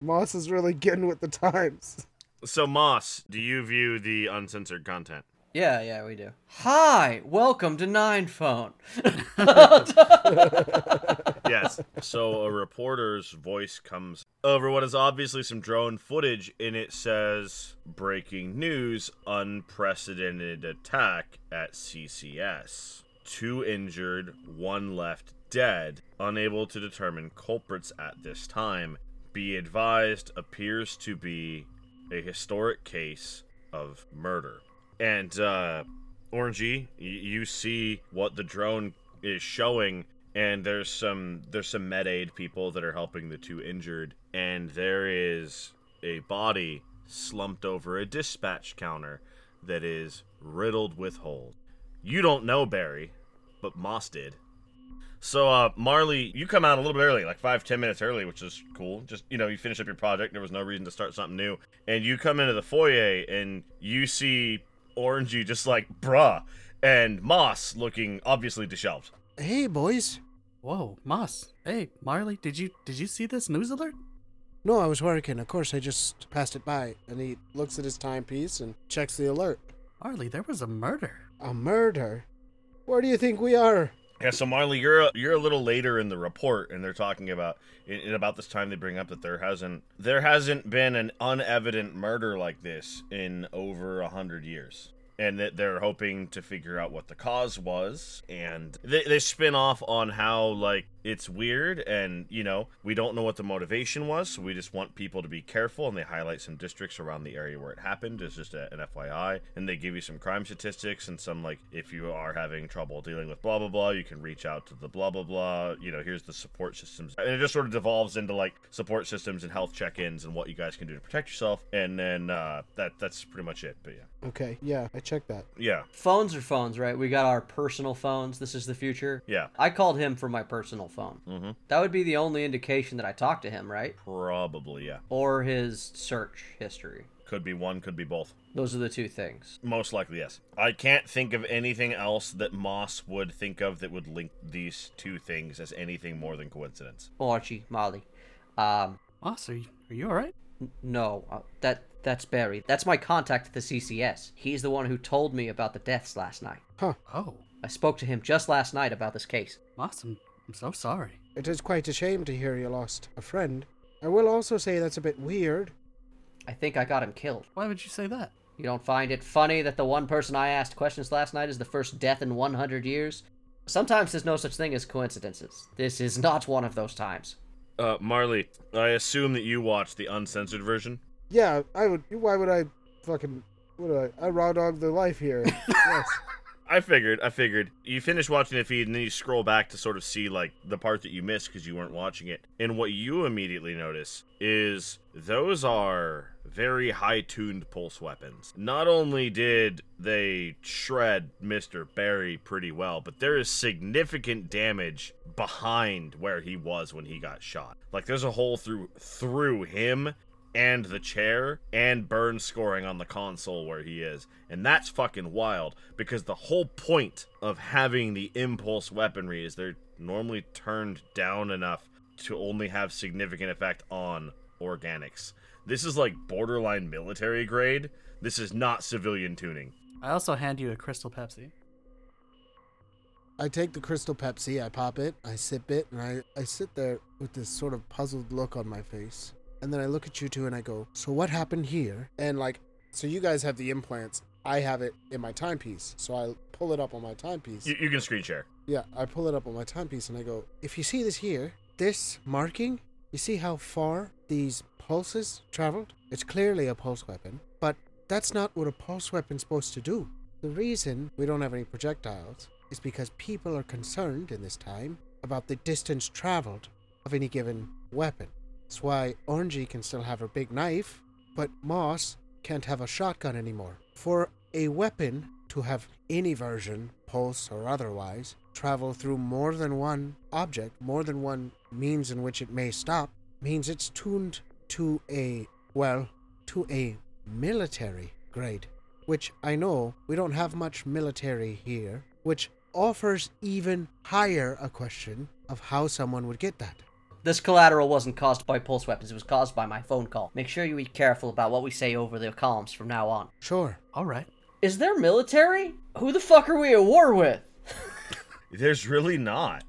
Moss is really getting with the times. So, Moss, do you view the uncensored content? Yeah, yeah, we do. Hi, welcome to Nine Phone. yes. So a reporter's voice comes over what is obviously some drone footage, and it says breaking news unprecedented attack at CCS. Two injured, one left dead, unable to determine culprits at this time. Be advised appears to be a historic case of murder. And uh Orangey, y- you see what the drone is showing, and there's some there's some med aid people that are helping the two injured, and there is a body slumped over a dispatch counter that is riddled with holes. You don't know Barry, but Moss did. So uh, Marley, you come out a little bit early, like five ten minutes early, which is cool. Just you know, you finish up your project. There was no reason to start something new, and you come into the foyer and you see Orangey just like bruh, and Moss looking obviously disheveled. Hey, boys. Whoa, Moss. Hey, Marley, did you did you see this news alert? No, I was working. Of course, I just passed it by. And he looks at his timepiece and checks the alert. Marley, there was a murder. A murder? Where do you think we are? Yeah, so Marley, you're a, you're a little later in the report, and they're talking about in, in about this time they bring up that there hasn't there hasn't been an unevident murder like this in over a hundred years, and that they're hoping to figure out what the cause was, and they they spin off on how like it's weird, and you know we don't know what the motivation was, so we just want people to be careful, and they highlight some districts around the area where it happened as just a, an FYI, and they give you some crime statistics and some like if you are having trouble dealing with blah blah blah, you can reach out to the blah blah blah. You know, here's the support systems, and it just sort of devolves into like support systems and health check-ins and what you guys can do to protect yourself, and then uh, that that's pretty much it. But yeah, Okay, yeah, I checked that. yeah, phones are phones, right? We got our personal phones. This is the future. yeah, I called him for my personal phone. Mhm. That would be the only indication that I talked to him, right? probably yeah. Or his search history. Could be one, could be both. Those are the two things. Most likely, yes. I can't think of anything else that Moss would think of that would link these two things as anything more than coincidence. Archie, Molly. Um, Moss, are you, are you all right? n- no, uh, that that's Barry. That's my contact at the CCS. He's the one who told me about the deaths last night. Oh, I spoke to him just last night about this case. Moss, I'm, I'm so sorry. It is quite a shame to hear you lost a friend. I will also say that's a bit weird. I think I got him killed. Why would you say that? You don't find it funny that the one person I asked questions last night is the first death in 100 years? Sometimes there's no such thing as coincidences. This is not one of those times. Uh, Marley, I assume that you watched the uncensored version. Yeah, I would. Why would I fucking. What do I? I raw dog the life here. yes. I figured, I figured. You finish watching the feed and then you scroll back to sort of see like the part that you missed because you weren't watching it. And what you immediately notice is those are very high tuned pulse weapons. Not only did they shred Mr. Barry pretty well, but there is significant damage behind where he was when he got shot. Like there's a hole through through him and the chair and burn scoring on the console where he is. And that's fucking wild because the whole point of having the impulse weaponry is they're normally turned down enough to only have significant effect on organics. This is like borderline military grade. This is not civilian tuning. I also hand you a crystal Pepsi. I take the crystal Pepsi, I pop it, I sip it, and I, I sit there with this sort of puzzled look on my face. And then I look at you two and I go, So what happened here? And like, so you guys have the implants. I have it in my timepiece. So I pull it up on my timepiece. You, you can screen share. Yeah, I pull it up on my timepiece and I go, if you see this here, this marking, you see how far these pulses traveled? It's clearly a pulse weapon, but that's not what a pulse weapon's supposed to do. The reason we don't have any projectiles is because people are concerned in this time about the distance traveled of any given weapon. That's why Orangey can still have her big knife, but Moss can't have a shotgun anymore. For a weapon to have any version, pulse or otherwise, travel through more than one object, more than one means in which it may stop, means it's tuned to a, well, to a military grade, which I know we don't have much military here, which offers even higher a question of how someone would get that. This collateral wasn't caused by pulse weapons, it was caused by my phone call. Make sure you be careful about what we say over the columns from now on. Sure. All right. Is there military? Who the fuck are we at war with? There's really not.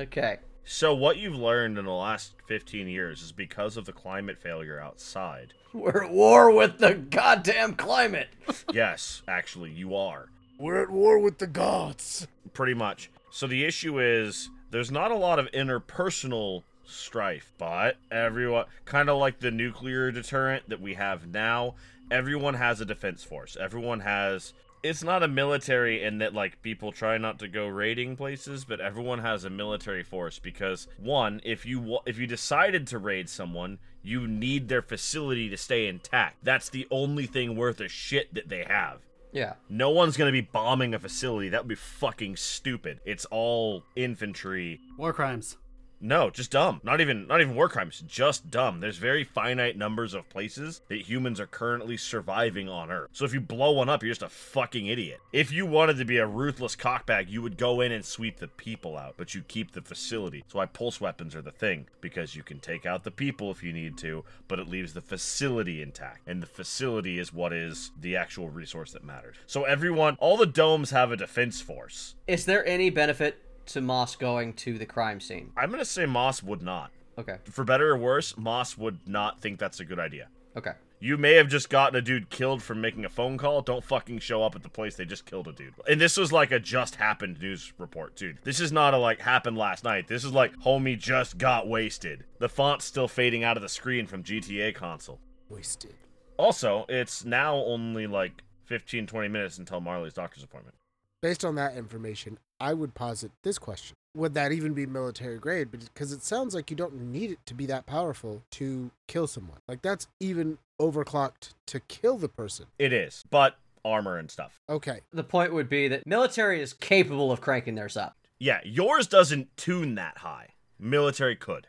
Okay. So what you've learned in the last 15 years is because of the climate failure outside. We're at war with the goddamn climate. yes, actually you are. We're at war with the gods. Pretty much. So the issue is there's not a lot of interpersonal strife, but everyone kind of like the nuclear deterrent that we have now, everyone has a defense force. Everyone has it's not a military in that like people try not to go raiding places, but everyone has a military force because one, if you wa- if you decided to raid someone, you need their facility to stay intact. That's the only thing worth a shit that they have. Yeah. No one's gonna be bombing a facility. That would be fucking stupid. It's all infantry. War crimes. No, just dumb. Not even not even war crimes. Just dumb. There's very finite numbers of places that humans are currently surviving on Earth. So if you blow one up, you're just a fucking idiot. If you wanted to be a ruthless cockbag, you would go in and sweep the people out, but you keep the facility. That's why pulse weapons are the thing because you can take out the people if you need to, but it leaves the facility intact, and the facility is what is the actual resource that matters. So everyone, all the domes have a defense force. Is there any benefit to Moss going to the crime scene? I'm gonna say Moss would not. Okay. for better or worse, Moss would not think that's a good idea. Okay. You may have just gotten a dude killed for making a phone call. Don't fucking show up at the place they just killed a dude. And this was like a just happened news report, dude. This is not a like happened last night. This is like homie just got wasted. The font's still fading out of the screen from GTA console. Wasted. Also, it's now only like 15 20 minutes until Marley's doctor's appointment. Based on that information, I would posit this question. Would that even be military grade? Because it sounds like you don't need it to be that powerful to kill someone. Like, that's even overclocked to kill the person. It is, but armor and stuff. Okay. The point would be that military is capable of cranking theirs up. Yeah, yours doesn't tune that high. Military could.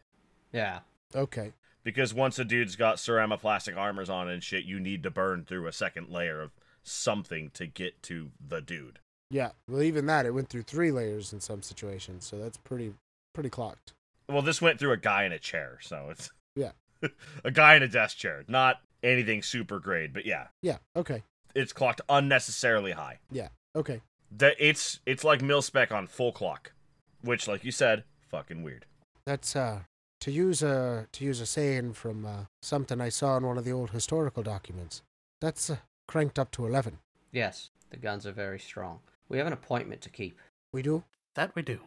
Yeah. Okay. Because once a dude's got ceramoplastic armors on and shit, you need to burn through a second layer of something to get to the dude. Yeah. Well, even that, it went through three layers in some situations. So that's pretty, pretty clocked. Well, this went through a guy in a chair, so it's Yeah. a guy in a desk chair, not anything super grade, but yeah, Yeah. Okay. it's clocked unnecessarily high. Yeah. Okay. That it's it's like mil spec on full clock, which, like you said, fucking weird. That's uh to use a to use a saying from uh, something I saw in one of the old historical documents. That's uh, cranked up to eleven. Yes. The guns are very strong. We have an appointment to keep. We do. That we do.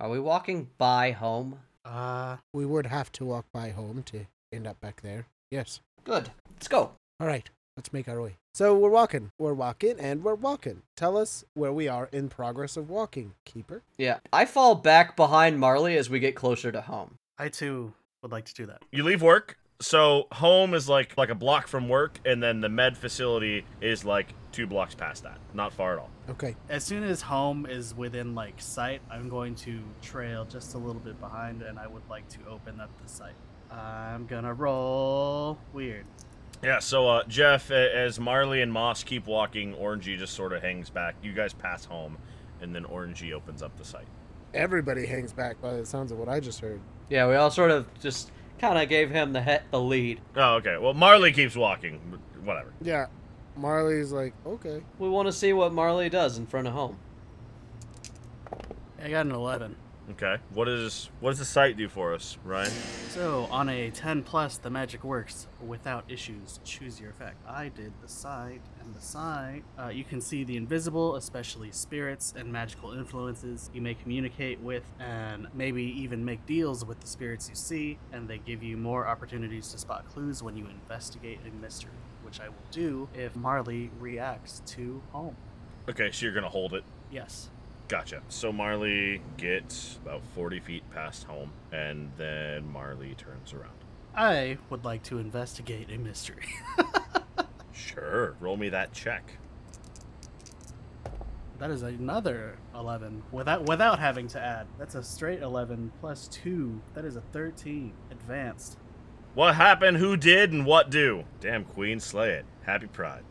Are we walking by home? Uh, We would have to walk by home to end up back there. Yes. Good. Let's go. All right. Let's make our way. So we're walking. We're walking and we're walking. Tell us where we are in progress of walking, keeper. Yeah. I fall back behind Marley as we get closer to home. I too would like to do that. You leave work, so home is like like a block from work, and then the med facility is like two blocks past that, not far at all. Okay. As soon as home is within like sight, I'm going to trail just a little bit behind, and I would like to open up the site. I'm gonna roll weird. Yeah, so uh, Jeff, a- as Marley and Moss keep walking, Orangey just sort of hangs back. You guys pass home, and then Orangey opens up the site. Everybody hangs back by the sounds of what I just heard. Yeah, we all sort of just kind of gave him the he- the lead. Oh, okay. Well, Marley keeps walking. Whatever. Yeah. Marley's like, okay. We want to see what Marley does in front of home. I got an eleven. Okay. What is what does the site do for us, Ryan? So, on a 10 plus, the magic works without issues. Choose your effect. I did the sight, and the sight. Uh, you can see the invisible, especially spirits and magical influences. You may communicate with and maybe even make deals with the spirits you see, and they give you more opportunities to spot clues when you investigate a mystery, which I will do if Marley reacts to home. Okay, so you're gonna hold it. Yes. Gotcha. So Marley gets about 40 feet past home, and then Marley turns around. I would like to investigate a mystery. Sure. Roll me that check. That is another 11 without without having to add. That's a straight 11 plus 2. That is a 13 advanced. What happened? Who did? And what do? Damn, Queen, slay it. Happy Pride.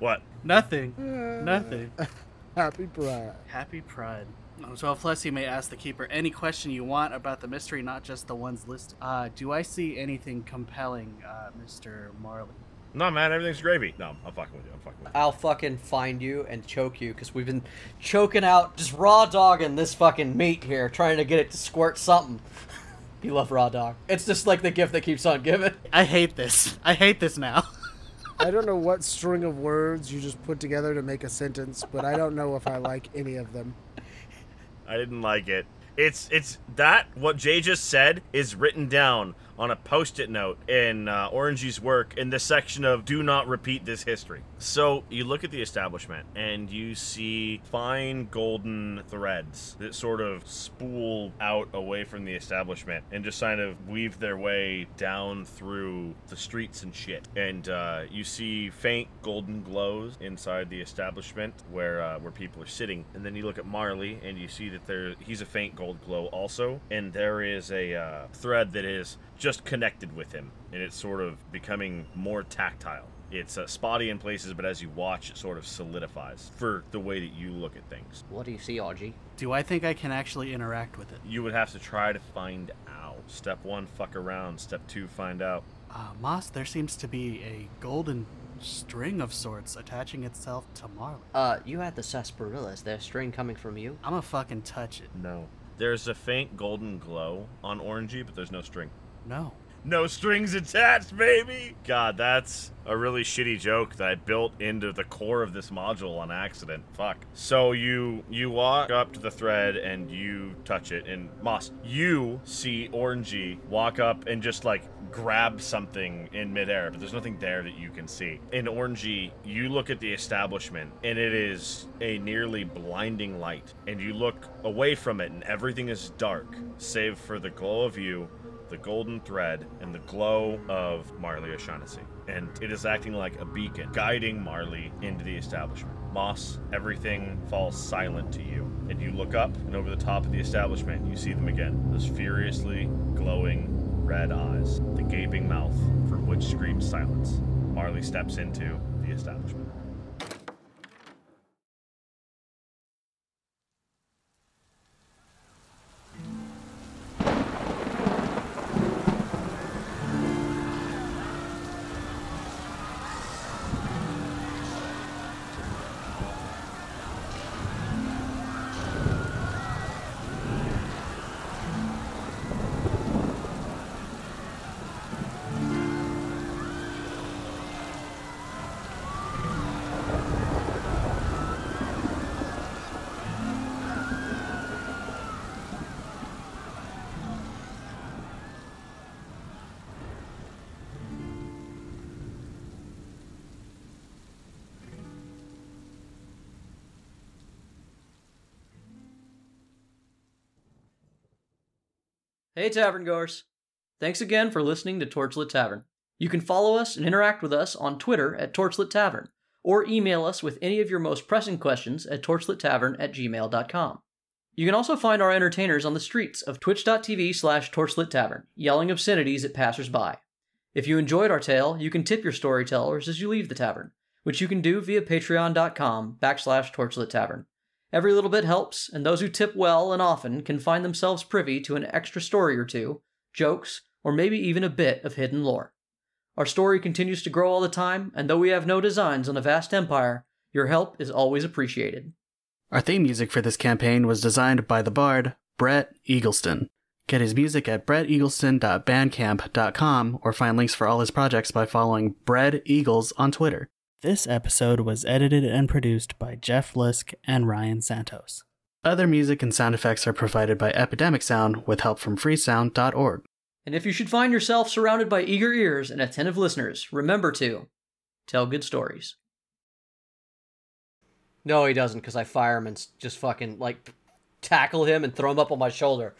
What? Nothing. Mm. Uh, Nothing. Happy Pride. Happy Pride. On 12 plus, you may ask the keeper any question you want about the mystery, not just the ones listed. Uh, do I see anything compelling, uh, Mr. Marley? No, man, everything's gravy. No, I'm fucking with you. I'm fucking with you. I'll fucking find you and choke you because we've been choking out, just raw dogging this fucking meat here, trying to get it to squirt something. you love raw dog. It's just like the gift that keeps on giving. I hate this. I hate this now. I don't know what string of words you just put together to make a sentence, but I don't know if I like any of them. I didn't like it. It's it's that what Jay just said is written down on a post-it note in uh, Orangey's work in this section of "Do not repeat this history." So you look at the establishment and you see fine golden threads that sort of spool out away from the establishment and just kind of weave their way down through the streets and shit. And uh, you see faint golden glows inside the establishment where uh, where people are sitting. And then you look at Marley and you see that there he's a faint gold glow also, and there is a uh, thread that is just connected with him, and it's sort of becoming more tactile. It's uh, spotty in places, but as you watch, it sort of solidifies for the way that you look at things. What do you see, RG? Do I think I can actually interact with it? You would have to try to find out. Step one, fuck around. Step two, find out. Uh, Moss, there seems to be a golden string of sorts attaching itself to Marley. Uh, you had the sarsaparilla. Is there a string coming from you? I'm gonna fucking touch it. No. There's a faint golden glow on orangey, but there's no string. No. No strings attached, baby! God, that's a really shitty joke that I built into the core of this module on accident. Fuck. So you you walk up to the thread and you touch it, and Moss, you see Orangey walk up and just like grab something in midair, but there's nothing there that you can see. In Orangey, you look at the establishment, and it is a nearly blinding light, and you look away from it, and everything is dark, save for the glow of you the golden thread, and the glow of Marley O'Shaughnessy. And it is acting like a beacon, guiding Marley into the establishment. Moss, everything falls silent to you. And you look up, and over the top of the establishment, you see them again. Those furiously glowing red eyes, the gaping mouth from which screams silence. Marley steps into the establishment. Hey, tavern goers! Thanks again for listening to Torchlit Tavern. You can follow us and interact with us on Twitter at Torchlit Tavern, or email us with any of your most pressing questions at torchlittavern at gmail.com. You can also find our entertainers on the streets of twitch.tv slash torchlittavern, yelling obscenities at passersby. If you enjoyed our tale, you can tip your storytellers as you leave the tavern, which you can do via patreon.com backslash torchlittavern. Every little bit helps, and those who tip well and often can find themselves privy to an extra story or two, jokes, or maybe even a bit of hidden lore. Our story continues to grow all the time, and though we have no designs on a vast empire, your help is always appreciated. Our theme music for this campaign was designed by the bard Brett Eagleston. Get his music at bretteagleston.bandcamp.com or find links for all his projects by following Brett Eagles on Twitter. This episode was edited and produced by Jeff Lisk and Ryan Santos. Other music and sound effects are provided by Epidemic Sound with help from freesound.org. And if you should find yourself surrounded by eager ears and attentive listeners, remember to tell good stories. No, he doesn't, because I fire him and s- just fucking, like, tackle him and throw him up on my shoulder.